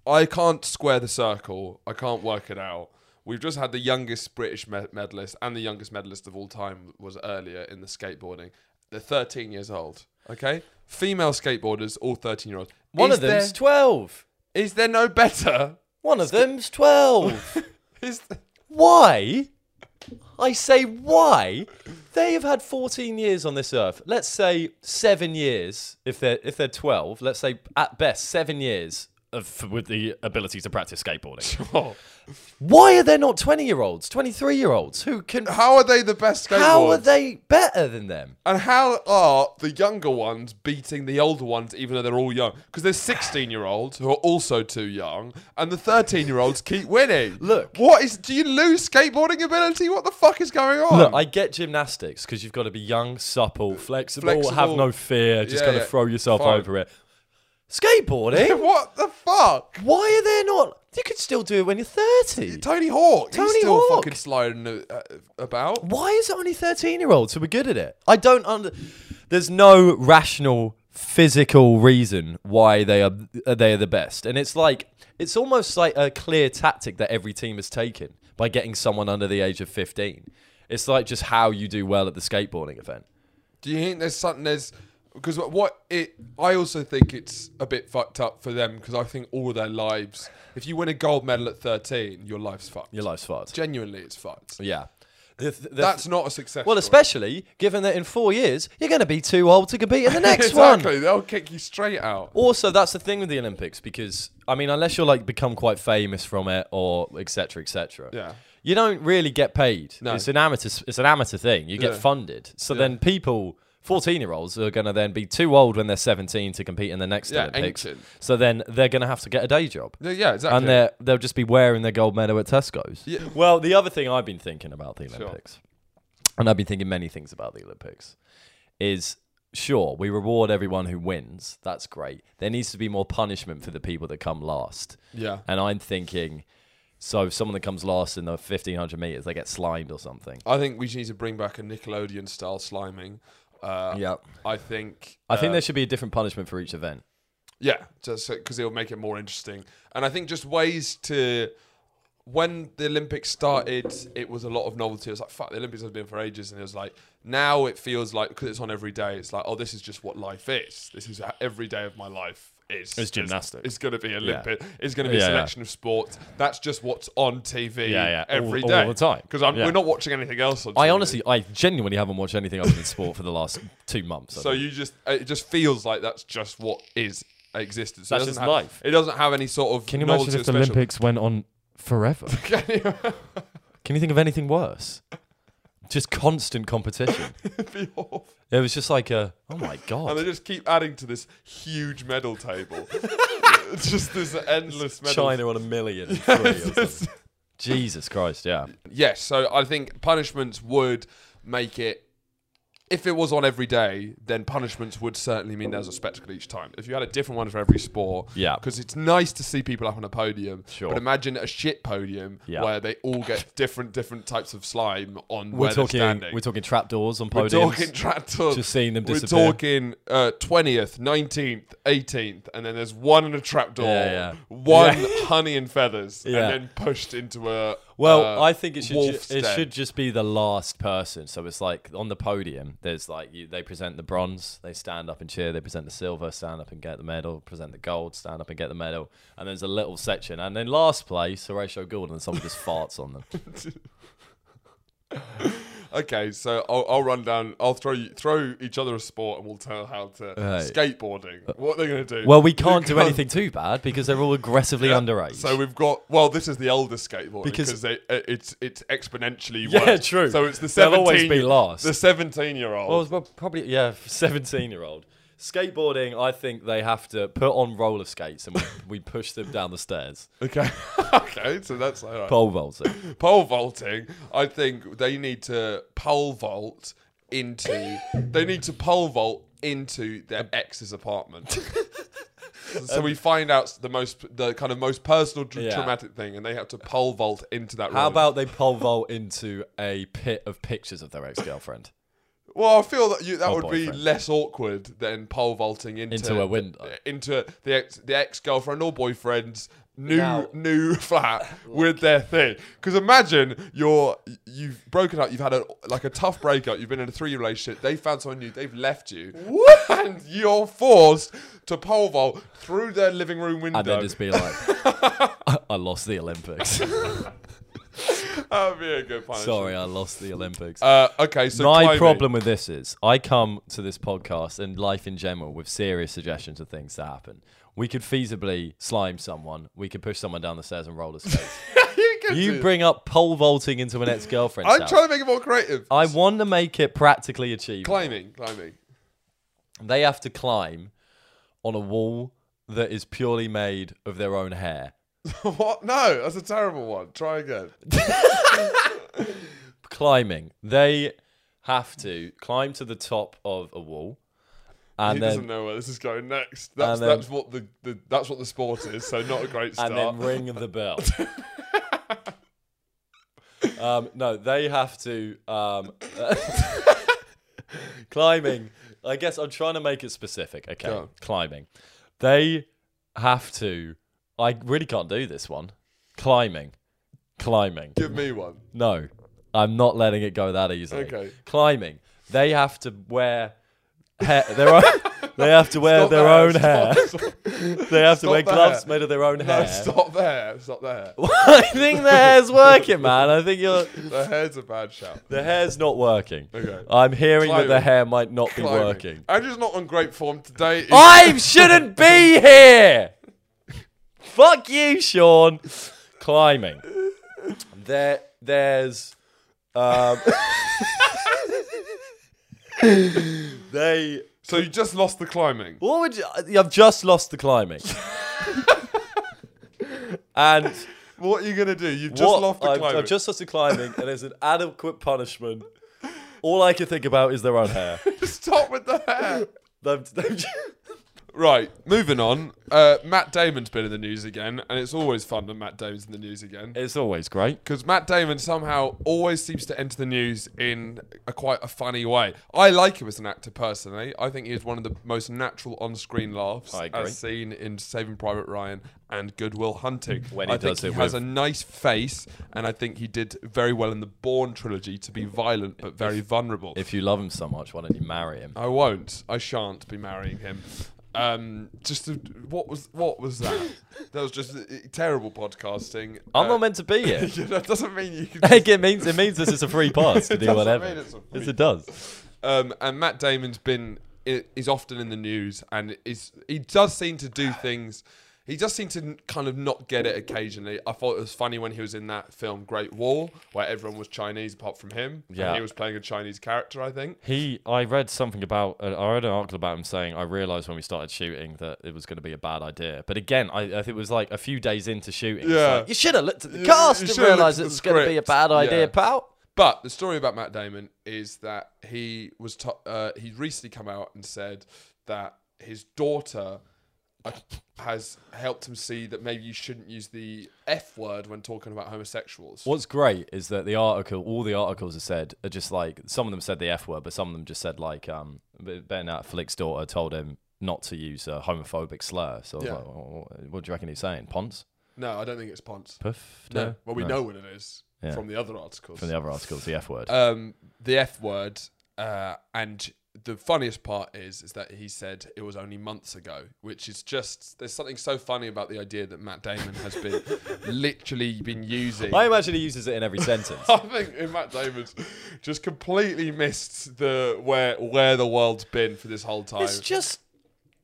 [SPEAKER 1] I can't square the circle. I can't work it out. We've just had the youngest British me- medalist and the youngest medalist of all time was earlier in the skateboarding. They're 13 years old. Okay, female skateboarders, all 13 year olds.
[SPEAKER 4] One
[SPEAKER 1] is
[SPEAKER 4] of them's
[SPEAKER 1] There,
[SPEAKER 4] twelve.
[SPEAKER 1] is there no better?
[SPEAKER 4] One of them's twelve.
[SPEAKER 1] Is there,
[SPEAKER 2] Why? I say why? They have had 14 years on this earth. Let's say seven years if they're if they're 12. Let's say at best seven years of with the ability to
[SPEAKER 1] [laughs]
[SPEAKER 2] practice skateboarding.
[SPEAKER 1] oh,
[SPEAKER 2] Why are there not 20 year olds, 23 year olds who can?
[SPEAKER 1] how are they the best skateboarders?
[SPEAKER 2] How are they better than them?
[SPEAKER 1] And how are the younger ones beating the older ones, even though they're all young? Because there's 16 year olds who are also too young, and the 13 year olds keep winning.
[SPEAKER 2] [laughs] Look.
[SPEAKER 1] What is. Do you lose skateboarding ability? What the fuck is going on?
[SPEAKER 2] Look, I get gymnastics because you've got to be young, supple, flexible, have
[SPEAKER 1] Uh, Flexible.
[SPEAKER 2] no fear, just
[SPEAKER 1] Yeah,
[SPEAKER 2] gotta
[SPEAKER 1] yeah.
[SPEAKER 2] throw yourself
[SPEAKER 1] Fine.
[SPEAKER 2] over it.
[SPEAKER 1] [laughs]
[SPEAKER 2] Skateboarding?
[SPEAKER 1] what the fuck?
[SPEAKER 2] Why are there not? You could still do it when you're 30.
[SPEAKER 1] Tony Hawk. He's
[SPEAKER 2] Tony
[SPEAKER 1] still
[SPEAKER 2] Hawk.
[SPEAKER 1] fucking sliding uh, about.
[SPEAKER 2] Why is it only 13 year olds who are good at it? I don't under. There's no rational physical reason why they are they are the best, and it's like it's almost like a clear tactic that every team has taken by getting someone under the age of 15. It's like just how you do well at the skateboarding event.
[SPEAKER 1] Do you think there's something there's because what it? I also think it's a bit fucked up for them because I think all their lives. If you win a gold medal at 13, your life's fucked.
[SPEAKER 2] Your life's fucked.
[SPEAKER 1] Genuinely, it's fucked.
[SPEAKER 2] Yeah. The th- the th-
[SPEAKER 1] That's not a success.
[SPEAKER 2] well,
[SPEAKER 1] story.
[SPEAKER 2] especially given that in four years you're going to be too old to compete in the [laughs] next one.
[SPEAKER 1] exactly. They'll kick you straight out.
[SPEAKER 2] Also, that's the thing with the Olympics because I mean, unless you're like become quite famous from it or etc. Cetera, etc.
[SPEAKER 1] Yeah.
[SPEAKER 2] you don't really get paid.
[SPEAKER 1] No.
[SPEAKER 2] It's an amateur. s- It's an amateur thing. You get
[SPEAKER 1] Yeah.
[SPEAKER 2] funded. So then people. 14 year olds are going to then be too old when they're 17 to compete in the next
[SPEAKER 1] Yeah,
[SPEAKER 2] Olympics.
[SPEAKER 1] ancient.
[SPEAKER 2] So then they're going to have to get a day job.
[SPEAKER 1] Yeah, yeah, exactly.
[SPEAKER 2] And they're, they'll just be wearing their gold medal at Tesco's.
[SPEAKER 1] Yeah.
[SPEAKER 2] Well, the other thing I've been thinking about the Olympics, and I've been thinking many things about the Olympics, is sure, we reward everyone who wins. That's great. There needs to be more punishment for the people that come last.
[SPEAKER 1] Yeah.
[SPEAKER 2] And I'm thinking, so if someone that comes last in the 1500 meters, they get slimed or something.
[SPEAKER 1] I think we just need to bring back a Nickelodeon style sliming. Uh,
[SPEAKER 2] Yeah.
[SPEAKER 1] I think.
[SPEAKER 2] I think there should be a different punishment for each event.
[SPEAKER 1] Yeah, just because it'll make it more interesting. And I think just ways to. When the Olympics started, it was a lot of novelty. It was like, fuck, the Olympics has been for ages. And it was like, now it feels like, because it's on every day, it's like, oh, this is just what life is. This is how every day of my life is.
[SPEAKER 2] It's gymnastics.
[SPEAKER 1] It's, going to be Olympic. It's going to be
[SPEAKER 2] Yeah,
[SPEAKER 1] a
[SPEAKER 2] yeah.
[SPEAKER 1] selection of sports. That's just what's on TV
[SPEAKER 2] Yeah, yeah. All-
[SPEAKER 1] every
[SPEAKER 2] all
[SPEAKER 1] day.
[SPEAKER 2] the time.
[SPEAKER 1] Because
[SPEAKER 2] Yeah.
[SPEAKER 1] we're not watching anything else on
[SPEAKER 2] I
[SPEAKER 1] TV.
[SPEAKER 2] honestly, I genuinely haven't watched anything other than sport for the last two months. I
[SPEAKER 1] So
[SPEAKER 2] think.
[SPEAKER 1] you just it just feels like that's just what is existence. So
[SPEAKER 2] That's
[SPEAKER 1] it doesn't
[SPEAKER 2] just
[SPEAKER 1] have,
[SPEAKER 2] life.
[SPEAKER 1] It doesn't have any sort of.
[SPEAKER 2] Can you imagine
[SPEAKER 1] novelty
[SPEAKER 2] if the
[SPEAKER 1] or special.
[SPEAKER 2] Olympics went on
[SPEAKER 1] [laughs]
[SPEAKER 2] forever? [laughs] Can you think of anything worse? Just constant competition.
[SPEAKER 1] [laughs] It'd be awful.
[SPEAKER 2] It was just like a,
[SPEAKER 1] [laughs]
[SPEAKER 2] oh my
[SPEAKER 1] And they
[SPEAKER 2] god,
[SPEAKER 1] just keep adding to this huge medal
[SPEAKER 2] [laughs]
[SPEAKER 1] table. [laughs] it's just this endless medal.
[SPEAKER 2] China on
[SPEAKER 1] [laughs]
[SPEAKER 2] a million and three or something. Jesus Christ, yeah.
[SPEAKER 1] Yes, so I think punishments would make it. If it was on every day, then punishments would certainly mean there's a spectacle each time. If you had a different one for every sport,
[SPEAKER 2] Yeah.
[SPEAKER 1] because it's nice to see people up on a podium.
[SPEAKER 2] Sure.
[SPEAKER 1] But imagine a shit podium
[SPEAKER 2] Yeah.
[SPEAKER 1] where they all get different different types of slime on
[SPEAKER 2] We're
[SPEAKER 1] where they're
[SPEAKER 2] talking,
[SPEAKER 1] standing.
[SPEAKER 2] we're talking trapdoors on
[SPEAKER 1] We're
[SPEAKER 2] podiums.
[SPEAKER 1] talking tractors.
[SPEAKER 2] Just seeing them
[SPEAKER 1] We're
[SPEAKER 2] disappear.
[SPEAKER 1] talking uh, twentieth, nineteenth, eighteenth, and then there's one in a trapdoor,
[SPEAKER 2] Yeah, yeah. [laughs]
[SPEAKER 1] one honey and feathers,
[SPEAKER 2] Yeah.
[SPEAKER 1] and then pushed into a.
[SPEAKER 2] Well,
[SPEAKER 1] uh,
[SPEAKER 2] I think it should ju-
[SPEAKER 1] wolf's
[SPEAKER 2] it
[SPEAKER 1] den.
[SPEAKER 2] should just be the last person. So it's like on the podium, there's like you, they present the bronze, they stand up and cheer. They present the silver, stand up and get the medal. Present the gold, stand up and get the medal. And there's a little section, and then last place, Horatio Gould, and someone just farts on [laughs] them.
[SPEAKER 1] Okay, so I'll, I'll run down. I'll throw you, throw each other a sport, and we'll tell how to
[SPEAKER 2] Right. Uh,
[SPEAKER 1] skateboarding. What they're gonna do?
[SPEAKER 2] Well, we can't do
[SPEAKER 1] can't-
[SPEAKER 2] anything too bad because they're all aggressively underage.
[SPEAKER 1] So we've got well, this is the older skateboard
[SPEAKER 2] Because-
[SPEAKER 1] because they, uh, it's it's exponentially
[SPEAKER 2] Yeah,
[SPEAKER 1] worse.
[SPEAKER 2] true.
[SPEAKER 1] So it's the
[SPEAKER 2] They'll
[SPEAKER 1] seventeen.
[SPEAKER 2] always be last.
[SPEAKER 1] The seventeen year old.
[SPEAKER 2] Well, well, probably yeah, seventeen-year-old skateboarding. I think they have to put on roller skates, and we, we push them down the stairs.
[SPEAKER 1] okay, [laughs] okay. So that's all right.
[SPEAKER 2] Pole vaulting.
[SPEAKER 1] pole vaulting, I think they need to pole vault into. they need to pole vault into
[SPEAKER 2] Um,
[SPEAKER 1] their ex's
[SPEAKER 2] [laughs]
[SPEAKER 1] apartment. so we find out the most, the kind of most personal tra-
[SPEAKER 2] Yeah.
[SPEAKER 1] traumatic thing, and they have to pole vault into that.
[SPEAKER 2] How
[SPEAKER 1] room.
[SPEAKER 2] about they pole vault into a pit of pictures of their ex girlfriend?
[SPEAKER 1] Well, I feel that you, that
[SPEAKER 2] Or
[SPEAKER 1] would be
[SPEAKER 2] boyfriend.
[SPEAKER 1] less awkward than pole vaulting into
[SPEAKER 2] Into a window.
[SPEAKER 1] into the ex, the ex girlfriend or boyfriend's new
[SPEAKER 4] Now-
[SPEAKER 1] new [laughs] flat with their thing. Because imagine you're you've broken up, you've had a like a tough breakup, you've been in a three year relationship, they found someone new, they've left you, and you're forced to pole vault through their living room window.
[SPEAKER 2] and then just be like, I lost the Olympics.
[SPEAKER 1] [laughs] That'd be a good punishment.
[SPEAKER 2] Sorry, I lost the Olympics.
[SPEAKER 1] Uh, okay, so
[SPEAKER 2] My
[SPEAKER 1] climbing.
[SPEAKER 2] problem with this is I come to this podcast and life in general with serious suggestions of things to happen. We could feasibly slime someone. We could push someone down the stairs and
[SPEAKER 1] [laughs]
[SPEAKER 2] roller skates.
[SPEAKER 1] [laughs] you can do
[SPEAKER 2] you
[SPEAKER 1] that.
[SPEAKER 2] bring up pole vaulting into an ex-girlfriend's
[SPEAKER 1] I'm
[SPEAKER 2] house.
[SPEAKER 1] trying to make it more creative.
[SPEAKER 2] I want to make it practically achievable.
[SPEAKER 1] climbing, climbing.
[SPEAKER 2] They have to climb on a wall that is purely made of their own hair.
[SPEAKER 1] [laughs] what? No, that's a terrible one. Try again.
[SPEAKER 2] Climbing. They have to climb to the top of a wall. And
[SPEAKER 1] he
[SPEAKER 2] then
[SPEAKER 1] doesn't know where this is going next. That's
[SPEAKER 2] then-
[SPEAKER 1] that's what the, the that's what the sport is. So not a great start.
[SPEAKER 2] and then ring
[SPEAKER 1] [laughs]
[SPEAKER 2] the bell. um, no, they have to um, [laughs] climbing. I guess I'm trying to make it specific. Okay,
[SPEAKER 1] Go on.
[SPEAKER 2] climbing. They have to. I really can't do this one. Climbing, climbing.
[SPEAKER 1] Give me one.
[SPEAKER 2] No, I'm not letting it go that easily.
[SPEAKER 1] Okay.
[SPEAKER 2] Climbing. They have to wear hair.
[SPEAKER 1] [laughs]
[SPEAKER 2] Their own, they have to wear
[SPEAKER 1] Stop
[SPEAKER 2] [laughs] their
[SPEAKER 1] there,
[SPEAKER 2] own hair.
[SPEAKER 1] stop,
[SPEAKER 2] They have to
[SPEAKER 1] Stop
[SPEAKER 2] wear
[SPEAKER 1] there.
[SPEAKER 2] gloves made of their own hair.
[SPEAKER 1] No, stop there. Stop there.
[SPEAKER 2] [laughs] I think the hair's working, man. I think you're
[SPEAKER 1] The hair's a bad shout.
[SPEAKER 2] the hair's not working. [laughs]
[SPEAKER 1] Okay.
[SPEAKER 2] I'm hearing that the
[SPEAKER 1] Climbing.
[SPEAKER 2] hair might not
[SPEAKER 1] Climbing.
[SPEAKER 2] be working.
[SPEAKER 1] Andrew's not on great form today.
[SPEAKER 2] [laughs]
[SPEAKER 1] He's-
[SPEAKER 2] I shouldn't be here. Fuck you, Sean. Climbing. There, there's. Um, [laughs] they.
[SPEAKER 1] so you just lost the climbing.
[SPEAKER 2] What would you? I've just lost the climbing. and
[SPEAKER 1] What are you gonna do? You've just
[SPEAKER 2] What-
[SPEAKER 1] lost the
[SPEAKER 2] I've,
[SPEAKER 1] climbing.
[SPEAKER 2] I've just lost the climbing, and it's an adequate punishment. All I can think about is their own hair.
[SPEAKER 1] [laughs] Stop with the hair.
[SPEAKER 2] They've- they've-
[SPEAKER 1] Right, moving on. Uh, Matt Damon's been in the news again, and it's always fun when Matt Damon's in the news again.
[SPEAKER 2] it's always great.
[SPEAKER 1] because Matt Damon somehow always seems to enter the news in a quite a funny way. I like him as an actor personally. I think he is one of the most natural on-screen laughs
[SPEAKER 2] I agree.
[SPEAKER 1] as seen in Saving Private Ryan and Goodwill Hunting.
[SPEAKER 2] When he
[SPEAKER 1] I think
[SPEAKER 2] does
[SPEAKER 1] he
[SPEAKER 2] it
[SPEAKER 1] has
[SPEAKER 2] with-
[SPEAKER 1] a nice face, and I think he did very well in the Bourne trilogy to be violent but very vulnerable.
[SPEAKER 2] If you love him so much, why don't you marry him?
[SPEAKER 1] I won't. I shan't be marrying him. Um, just to, what was what was
[SPEAKER 2] [laughs]
[SPEAKER 1] that? that was just uh, terrible podcasting.
[SPEAKER 2] I'm
[SPEAKER 1] Uh, [laughs]
[SPEAKER 2] not meant to be here. [laughs]
[SPEAKER 1] that doesn't mean you can
[SPEAKER 2] Like, it means it means this is a free pass
[SPEAKER 1] [laughs]
[SPEAKER 2] to
[SPEAKER 1] It
[SPEAKER 2] do
[SPEAKER 1] doesn't
[SPEAKER 2] whatever.
[SPEAKER 1] mean it's a
[SPEAKER 2] yes,
[SPEAKER 1] free
[SPEAKER 2] it does.
[SPEAKER 1] Um, and Matt Damon's been i- is often in the news, and is he does seem to do things. He does seem to n- kind of not get it occasionally. I thought it was funny when he was in that film Great Wall, where everyone was Chinese apart from him. and
[SPEAKER 2] Yeah.
[SPEAKER 1] he was playing a Chinese character, I think.
[SPEAKER 2] He, I read something about, uh, I read an article about him saying, I realized when we started shooting that it was going to be a bad idea. But again, I, I think it was like a few days into shooting. it's
[SPEAKER 1] Yeah.
[SPEAKER 2] like, you should have looked at the
[SPEAKER 1] You-
[SPEAKER 2] cast
[SPEAKER 1] you
[SPEAKER 2] and
[SPEAKER 1] should have
[SPEAKER 2] realized it
[SPEAKER 1] looked at
[SPEAKER 2] was
[SPEAKER 1] the
[SPEAKER 2] going to be a
[SPEAKER 1] script.
[SPEAKER 2] bad idea,
[SPEAKER 1] Yeah.
[SPEAKER 2] pal.
[SPEAKER 1] But the story about Matt Damon is that he was to- uh, he recently come out and said that his daughter uh, has helped him see that maybe you shouldn't use the F word when talking about homosexuals.
[SPEAKER 2] What's great is that the article, all the articles are said are just like some of them said the F word, but some of them just said like um, Ben Affleck's daughter told him not to use a homophobic slur. So I was
[SPEAKER 1] Yeah.
[SPEAKER 2] like, "Oh, what do you reckon he's saying? Ponce?
[SPEAKER 1] No, I don't think it's Ponce.
[SPEAKER 2] Puff?
[SPEAKER 1] No. Well, we
[SPEAKER 2] No.
[SPEAKER 1] know what it is
[SPEAKER 2] Yeah.
[SPEAKER 1] from the other articles.
[SPEAKER 2] from the other articles the F word.
[SPEAKER 1] um, the F word, uh, and the funniest part is is that he said it was only months ago, which is just there's something so funny about the idea that Matt Damon has
[SPEAKER 2] [laughs]
[SPEAKER 1] been literally been using.
[SPEAKER 2] I imagine he uses it in every sentence.
[SPEAKER 1] [laughs] I think in Matt Damon's just completely missed the where where the world's been for this whole time.
[SPEAKER 2] It's just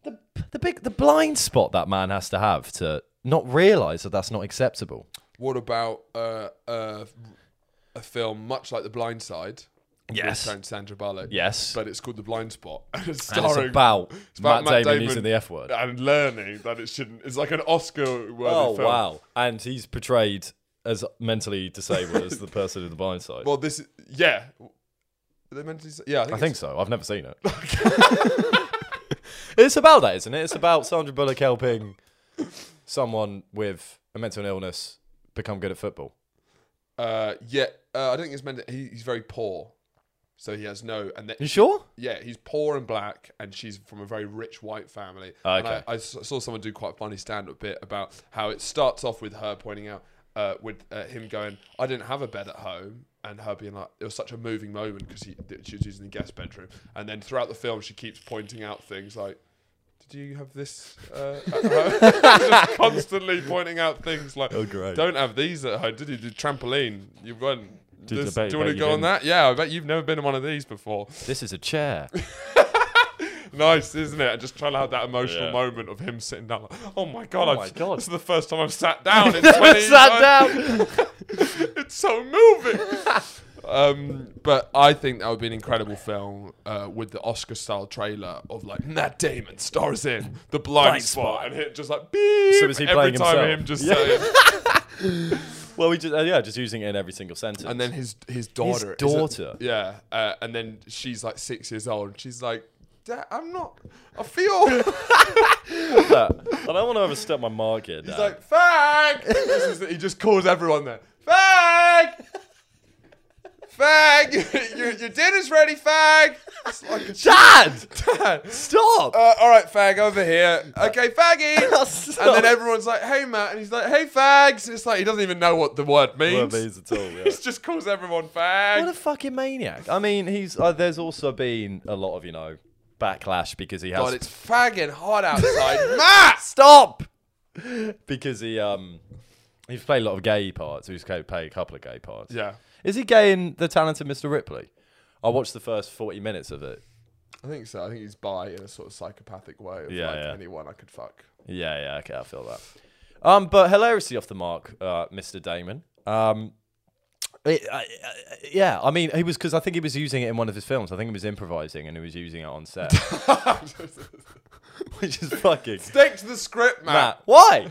[SPEAKER 2] the the big the blind spot that man has to have to not realize that that's not acceptable.
[SPEAKER 1] What about uh, uh, a film much like The Blind Side? with
[SPEAKER 2] Yes.
[SPEAKER 1] San- Sandra Bullock.
[SPEAKER 2] Yes.
[SPEAKER 1] But it's called The Blind Spot. [laughs] And it's
[SPEAKER 2] And it's
[SPEAKER 1] starring
[SPEAKER 2] about,
[SPEAKER 1] about
[SPEAKER 2] Matt,
[SPEAKER 1] Matt
[SPEAKER 2] Damon,
[SPEAKER 1] Damon.
[SPEAKER 2] using the F word.
[SPEAKER 1] and learning that it shouldn't. It's like an Oscar worthy
[SPEAKER 2] Oh
[SPEAKER 1] film.
[SPEAKER 2] wow! And he's portrayed as mentally disabled as the person in the blind side.
[SPEAKER 1] Well, this is, yeah. Are they meant to say, yeah, I think,
[SPEAKER 2] I think so. I've never seen it. [laughs] it's about that, isn't it? It's about Sandra Bullock helping someone with a mental illness become good at football.
[SPEAKER 1] it's- uh, yeah, uh, I don't think it's meant to, he, he's very poor. So he has no, and
[SPEAKER 2] You
[SPEAKER 1] then,
[SPEAKER 2] sure?
[SPEAKER 1] yeah, he's poor and black, and she's from a very rich white family. And
[SPEAKER 2] Ah, Okay.
[SPEAKER 1] I, I s- saw someone do quite a funny stand-up bit about how it starts off with her pointing out, uh, with uh, him going, "I didn't have a bed at home," and her being like, "It was such a moving moment because she was using the guest bedroom." And then throughout the film, she keeps pointing out things like. Did you have this uh, at home? [laughs] Just constantly pointing out things like,
[SPEAKER 2] Oh, great.
[SPEAKER 1] don't have these at home, did you? The trampoline, you've gone.
[SPEAKER 2] Did
[SPEAKER 1] this-
[SPEAKER 2] the-
[SPEAKER 1] do you want to
[SPEAKER 2] bet you
[SPEAKER 1] go on
[SPEAKER 2] didn't.
[SPEAKER 1] that? Yeah, I bet you've never been on one of these before.
[SPEAKER 2] This is a [laughs] chair.
[SPEAKER 1] Nice, isn't it? And just trying to have that emotional
[SPEAKER 2] Yeah.
[SPEAKER 1] moment of him sitting down. Like, oh my god!
[SPEAKER 2] Oh
[SPEAKER 1] I've,
[SPEAKER 2] my God.
[SPEAKER 1] This is the first time I've
[SPEAKER 2] [laughs]
[SPEAKER 1] sat down in twenty.
[SPEAKER 2] Sat down.
[SPEAKER 1] [laughs] It's so moving. [laughs] um, but I think that would be an incredible film uh, with the Oscar-style trailer of like Matt Damon stars in The Blind,
[SPEAKER 2] Blind
[SPEAKER 1] Spot,
[SPEAKER 2] Spot.
[SPEAKER 1] and hit just like beep
[SPEAKER 2] So is he
[SPEAKER 1] every
[SPEAKER 2] playing
[SPEAKER 1] time
[SPEAKER 2] himself?
[SPEAKER 1] him just
[SPEAKER 2] Yeah.
[SPEAKER 1] saying.
[SPEAKER 2] [laughs] well, we just uh, yeah, just using it in every single sentence.
[SPEAKER 1] And then his his daughter, is a-
[SPEAKER 2] daughter.
[SPEAKER 1] yeah. Uh, and then she's like six years old. She's like, Dad, I'm not. I
[SPEAKER 2] [laughs]
[SPEAKER 1] feel. [laughs]
[SPEAKER 2] I don't want to overstep my mark here.
[SPEAKER 1] He's like,
[SPEAKER 2] [laughs]
[SPEAKER 1] fag! This is- he just calls everyone there, fag! Fag! [laughs] your, your dinner's ready, fag! It's like a
[SPEAKER 2] Dad,
[SPEAKER 1] [laughs] dad.
[SPEAKER 2] stop.
[SPEAKER 1] Uh, all right, fag, over here. Okay,
[SPEAKER 2] [laughs]
[SPEAKER 1] faggy! and
[SPEAKER 2] Stop.
[SPEAKER 1] then everyone's like, hey, Matt. And he's like, hey, fags. It's like he doesn't even know what the word means.
[SPEAKER 2] What it means at all,
[SPEAKER 1] [laughs]
[SPEAKER 2] yeah.
[SPEAKER 1] he just calls everyone fag.
[SPEAKER 2] What a fucking maniac! I mean, he's uh, there's also been a lot of you know backlash because he has
[SPEAKER 1] God, it's fagging hot
[SPEAKER 2] [laughs]
[SPEAKER 1] outside. [laughs] Matt!
[SPEAKER 2] stop because he um he's played a lot of gay parts. He's played played a couple of gay parts.
[SPEAKER 1] Yeah.
[SPEAKER 2] Is he gay in The Talented Mr. Ripley? I watched the first 40 minutes of it.
[SPEAKER 1] I think so. I think he's bi in a sort of psychopathic way of
[SPEAKER 2] Yeah,
[SPEAKER 1] like
[SPEAKER 2] yeah.
[SPEAKER 1] anyone I could fuck.
[SPEAKER 2] Yeah, yeah, okay, I feel that. Um, but hilariously off the mark, uh, Mr. Damon. Um, it, I, I, yeah, I mean, he was because I think he was using it in one of his films. I think he was improvising and he was using it
[SPEAKER 1] [laughs]
[SPEAKER 2] on set, which is fucking.
[SPEAKER 1] Stick to the script, Matt.
[SPEAKER 2] Matt,
[SPEAKER 1] [laughs]
[SPEAKER 2] why?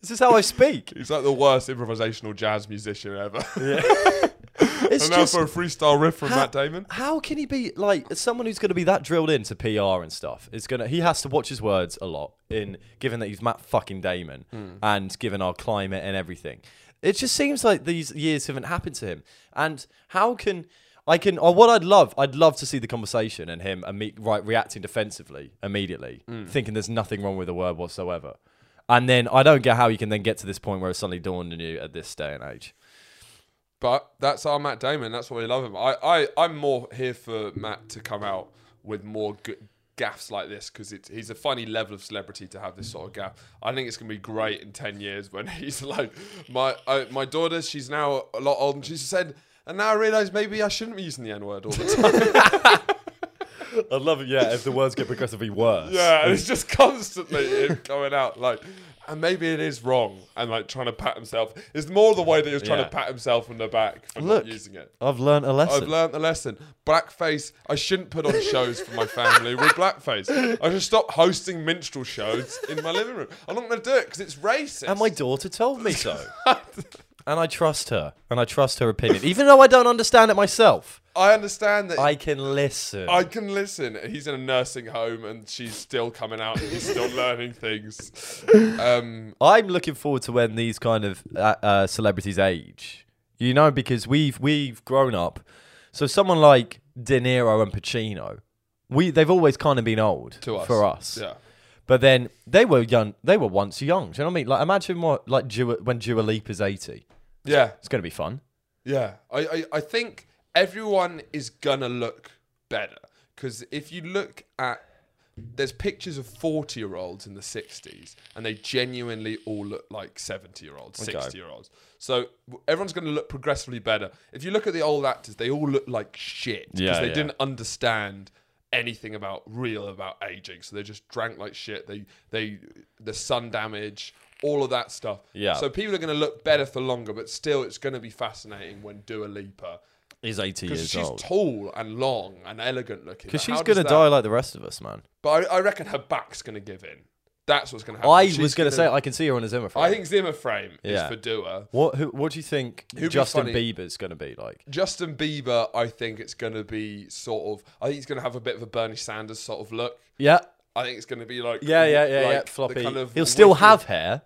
[SPEAKER 2] this is how I speak.
[SPEAKER 1] He's like the worst improvisational jazz musician ever. [laughs]
[SPEAKER 2] It's
[SPEAKER 1] and now
[SPEAKER 2] just
[SPEAKER 1] for a freestyle riff from
[SPEAKER 2] how,
[SPEAKER 1] Matt Damon.
[SPEAKER 2] How can he be like as someone who's going to be that drilled into PR and stuff? Is gonna he has to watch his words a lot. In given that he's Matt fucking Damon, and given our climate and everything, it just seems like these years haven't happened to him. And how can I can or what I'd love, I'd love to see the conversation and him imme- right reacting defensively immediately, thinking there's nothing wrong with the word whatsoever. And then I don't get how you can then get to this point where it's suddenly dawned on you at this day and age.
[SPEAKER 1] But that's our Matt Damon. That's why we love him. I, I, I'm more here for Matt to come out with more good gaffs like this because he's a funny level of celebrity to have this sort of gaff. I think it's going to be great in 10 years when [laughs] he's like, my, I, my daughter, she's now a lot older. And she said, and now I realise maybe I shouldn't be using the N word all the time.
[SPEAKER 2] I'd love it, yeah, if the words get progressively worse.
[SPEAKER 1] Yeah, and it's just constantly him going out like, and maybe it is wrong, and like trying to pat himself. It's more the way that he was trying
[SPEAKER 2] Yeah.
[SPEAKER 1] to pat himself on the back for
[SPEAKER 2] Look,
[SPEAKER 1] not using it.
[SPEAKER 2] I've learned a lesson.
[SPEAKER 1] I've learned the lesson. Blackface. I shouldn't put on shows for my family with blackface. I should stop hosting minstrel shows in my living room. I'm not going to do it because it's racist.
[SPEAKER 2] and my daughter told
[SPEAKER 1] [laughs]
[SPEAKER 2] me so. and I trust her. And I trust her opinion. Even though I don't understand it myself,
[SPEAKER 1] I understand that. I-
[SPEAKER 2] I can listen.
[SPEAKER 1] can listen. He's in a nursing home and she's still coming out and he's still [laughs] learning things. Um,
[SPEAKER 2] I'm looking forward to when these kind of uh, uh, celebrities age. You know, because we've we've grown up. So someone like De Niro and Pacino, we they've always kind of been old
[SPEAKER 1] to us.
[SPEAKER 2] for us.
[SPEAKER 1] Yeah.
[SPEAKER 2] But then they were young. They were once young. Do you know what I mean? Like imagine what like Dua, when Dua Lipa's eighty.
[SPEAKER 1] Yeah.
[SPEAKER 2] It's gonna be fun.
[SPEAKER 1] Yeah, I, I, I think everyone is gonna look better because if you look at there's pictures of 40 year olds in the 60s and they genuinely all look like 70 year olds 60 year olds so w- everyone's going to look progressively better if you look at the old actors they all look like shit because
[SPEAKER 2] Yeah,
[SPEAKER 1] they
[SPEAKER 2] yeah.
[SPEAKER 1] didn't understand anything about real about aging so they just drank like shit they they the sun damage all of that stuff
[SPEAKER 2] Yeah.
[SPEAKER 1] so people are going to look better for longer, but still, it's going to be fascinating when Dua Lipa,
[SPEAKER 2] Is eighty
[SPEAKER 1] because she's tall and long and elegant looking.
[SPEAKER 2] Because
[SPEAKER 1] Like,
[SPEAKER 2] she's
[SPEAKER 1] how does
[SPEAKER 2] gonna
[SPEAKER 1] that-
[SPEAKER 2] die like the rest of us, man.
[SPEAKER 1] But I, I reckon her back's going to give in. That's what's going to happen.
[SPEAKER 2] I
[SPEAKER 1] She's
[SPEAKER 2] was gonna say I can see her on a Zimmer.
[SPEAKER 1] I think Zimmer frame
[SPEAKER 2] Yeah.
[SPEAKER 1] is for Dua.
[SPEAKER 2] What who, what do you think
[SPEAKER 1] be
[SPEAKER 2] Justin
[SPEAKER 1] funny-
[SPEAKER 2] Bieber's gonna be like?
[SPEAKER 1] Justin Bieber, I think it's going to be sort of. I think he's going to have a bit of a Bernie Sanders sort of look.
[SPEAKER 2] Yeah,
[SPEAKER 1] I think it's going to be like
[SPEAKER 2] yeah, yeah, yeah,
[SPEAKER 1] like
[SPEAKER 2] yeah.
[SPEAKER 1] the
[SPEAKER 2] Floppy.
[SPEAKER 1] kind of [laughs]
[SPEAKER 2] He'll still
[SPEAKER 1] wicked-
[SPEAKER 2] have hair,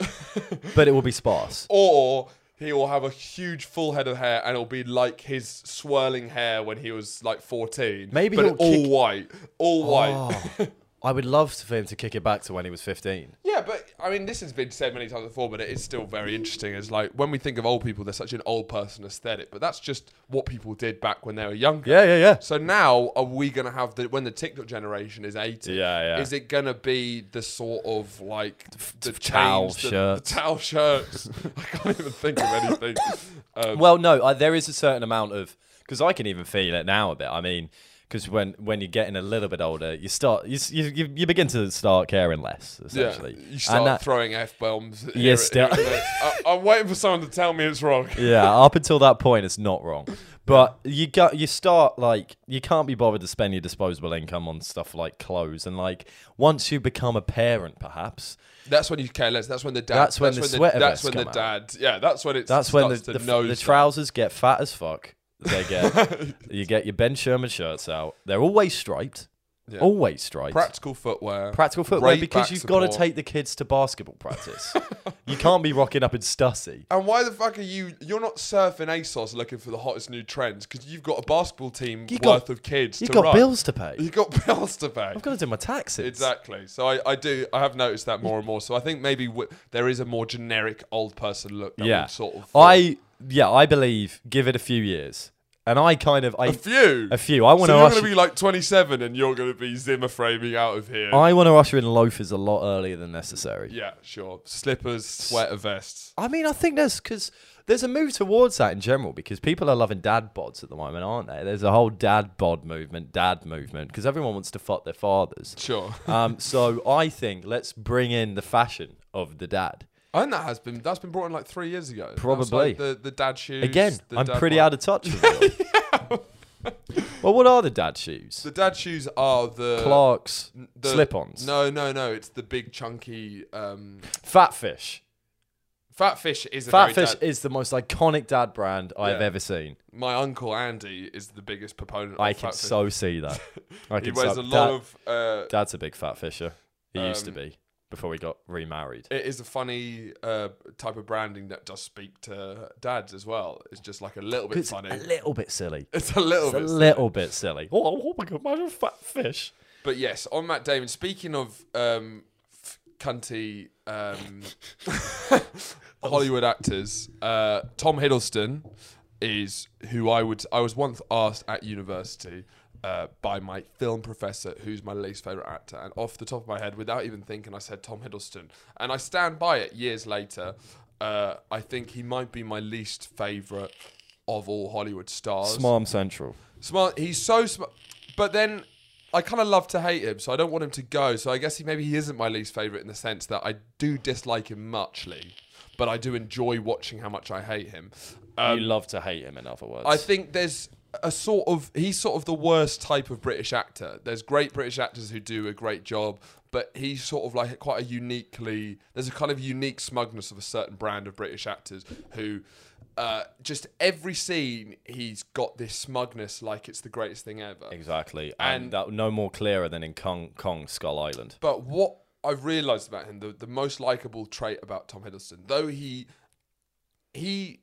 [SPEAKER 2] but it will be sparse.
[SPEAKER 1] or. he will have a huge full head of hair, and it'll be like his swirling hair when he was like fourteen.
[SPEAKER 4] Maybe
[SPEAKER 1] but
[SPEAKER 4] he'll
[SPEAKER 1] all
[SPEAKER 4] kick-
[SPEAKER 1] white, all white.
[SPEAKER 2] Oh.
[SPEAKER 1] [laughs]
[SPEAKER 4] I would love for him to kick it back to when he was 15.
[SPEAKER 1] Yeah, but I mean, this has been said many times before, but it is still very interesting. Is like when we think of old people, they're such an old person aesthetic, but that's just what people did back when they were younger.
[SPEAKER 4] Yeah, yeah, yeah.
[SPEAKER 1] So now, are we going to have the when the TikTok generation is eighty?
[SPEAKER 4] Yeah, yeah.
[SPEAKER 1] Is it going to be the sort of like the
[SPEAKER 2] towel
[SPEAKER 1] chains, the-
[SPEAKER 2] shirts.
[SPEAKER 1] the towel shirts? [laughs] I can't even think of
[SPEAKER 2] [laughs]
[SPEAKER 1] anything. Um,
[SPEAKER 2] Well, no, I, there is a certain amount of because I can even feel it now a bit. I mean, because when when you're getting a little bit older, you start you s- you, you, you begin to start caring less
[SPEAKER 1] yeah,
[SPEAKER 2] essentially.
[SPEAKER 1] you start
[SPEAKER 2] And that-
[SPEAKER 1] throwing f bombs.
[SPEAKER 2] Yes, still- [laughs]
[SPEAKER 1] I'm waiting for someone to tell me it's wrong.
[SPEAKER 2] yeah, up until that point, it's not wrong. But you got you start like you can't be bothered to spend your disposable income on stuff like clothes and like once you become a parent, perhaps
[SPEAKER 1] That's when you care less. That's when the dad.
[SPEAKER 2] That's when the sweater
[SPEAKER 1] That's
[SPEAKER 2] vests
[SPEAKER 1] when the
[SPEAKER 2] come out.
[SPEAKER 1] dad. Yeah, that's when it's.
[SPEAKER 2] that's when the
[SPEAKER 1] starts
[SPEAKER 2] the,
[SPEAKER 1] to
[SPEAKER 2] f-
[SPEAKER 1] know
[SPEAKER 2] the
[SPEAKER 1] stuff.
[SPEAKER 2] trousers get fat as fuck. They
[SPEAKER 1] [laughs]
[SPEAKER 2] get you get your Ben Sherman shirts out. They're always striped,
[SPEAKER 1] Yeah.
[SPEAKER 2] always striped.
[SPEAKER 1] practical footwear.
[SPEAKER 2] Practical footwear
[SPEAKER 1] Great
[SPEAKER 2] because
[SPEAKER 1] back
[SPEAKER 2] you've got to
[SPEAKER 1] support.
[SPEAKER 2] take the kids to basketball
[SPEAKER 1] [laughs]
[SPEAKER 2] practice. you can't be rocking up in Stussy.
[SPEAKER 1] And why the fuck are you? You're not surfing ASOS looking for the hottest new trends because you've got a basketball team
[SPEAKER 2] You got-
[SPEAKER 1] worth of kids.
[SPEAKER 2] You've
[SPEAKER 1] to
[SPEAKER 2] got
[SPEAKER 1] run. [laughs]
[SPEAKER 2] bills to pay.
[SPEAKER 1] You got bills to pay.
[SPEAKER 2] I've got to do my taxes.
[SPEAKER 1] Exactly. So I, I do. I have noticed that more and more. So I think maybe w- there is a more generic old person look. That
[SPEAKER 2] yeah
[SPEAKER 1] Would sort of.
[SPEAKER 2] i yeah i believe give it a few years and i kind of i
[SPEAKER 1] a few.
[SPEAKER 2] a few i want to
[SPEAKER 1] so you're
[SPEAKER 2] usher,
[SPEAKER 1] going to be like 27 and you're going to be Zimmer framing out of here.
[SPEAKER 2] i want to usher in loafers a lot earlier than necessary
[SPEAKER 1] yeah, sure. Slippers, sweater vests.
[SPEAKER 2] i mean i think there's because there's a move towards that in general because people are loving dad bods at the moment aren't they there's a whole dad bod movement dad movement because everyone wants to fuck
[SPEAKER 1] [laughs]
[SPEAKER 2] their fathers
[SPEAKER 1] Sure.
[SPEAKER 2] um so i think let's bring in the fashion of the dad
[SPEAKER 1] And that has been that's been brought in like three years ago. That was,
[SPEAKER 2] Probably.
[SPEAKER 1] like, the the dad shoes.
[SPEAKER 2] again
[SPEAKER 1] the
[SPEAKER 2] i'm
[SPEAKER 1] dad
[SPEAKER 2] pretty
[SPEAKER 1] one.
[SPEAKER 2] out of touch with it all.
[SPEAKER 1] [laughs]
[SPEAKER 2] well what are the dad shoes
[SPEAKER 1] The dad shoes are the uh,
[SPEAKER 2] clark's
[SPEAKER 1] the-
[SPEAKER 2] slip-ons
[SPEAKER 1] No, no, no. It's the big chunky. Um,
[SPEAKER 2] fat fish
[SPEAKER 1] Fat Fish is a very
[SPEAKER 2] Fatfish
[SPEAKER 1] dad-
[SPEAKER 2] is the most iconic dad brand I have
[SPEAKER 1] Yeah.
[SPEAKER 2] ever seen.
[SPEAKER 1] My uncle Andy is the biggest proponent.
[SPEAKER 2] I
[SPEAKER 1] of
[SPEAKER 2] can
[SPEAKER 1] Fat Fish.
[SPEAKER 2] so see
[SPEAKER 1] [laughs]
[SPEAKER 2] that. I
[SPEAKER 1] He
[SPEAKER 2] can
[SPEAKER 1] wears
[SPEAKER 2] so,
[SPEAKER 1] a lot
[SPEAKER 2] Dad-
[SPEAKER 1] of. Uh,
[SPEAKER 2] Dad's a big fat fisher. He used to
[SPEAKER 1] Um,
[SPEAKER 2] be before we got remarried.
[SPEAKER 1] it is a funny uh, type of branding that does speak to dads as well. It's just like a little bit
[SPEAKER 2] It's
[SPEAKER 1] funny.
[SPEAKER 2] a little bit silly.
[SPEAKER 1] [laughs] it's a little
[SPEAKER 2] It's a
[SPEAKER 1] bit.
[SPEAKER 2] little bit silly. Oh, oh my god, imagine fat fish.
[SPEAKER 1] But yes, on Matt Damon. Speaking of um, f- cunty um, Hollywood actors, uh, Tom Hiddleston is who I would. I was once asked at university uh, by my film professor who's my least favorite actor, and off the top of my head, without even thinking, I said Tom Hiddleston, and I stand by it. Years later, uh, I think he might be my least favorite of all Hollywood stars.
[SPEAKER 2] Smarm Central.
[SPEAKER 1] Smart. He's so smart. But then I kind of love to hate him, so I don't want him to go. So I guess he maybe he isn't my least favorite in the sense that I do dislike him muchly, but I do enjoy watching how much I hate him. Um,
[SPEAKER 2] you love to hate him, in other words.
[SPEAKER 1] I think there's a sort of he's sort of the worst type of British actor. There's great British actors who do a great job, but he's sort of like quite a uniquely there's a kind of unique smugness of a certain brand of British actors who uh, just every scene he's got this smugness like it's the greatest thing ever.
[SPEAKER 2] exactly, and, that, no more clearer than in Kong Kong Skull Island.
[SPEAKER 1] But what I've realised about him, the, the most likable trait about Tom Hiddleston, though he he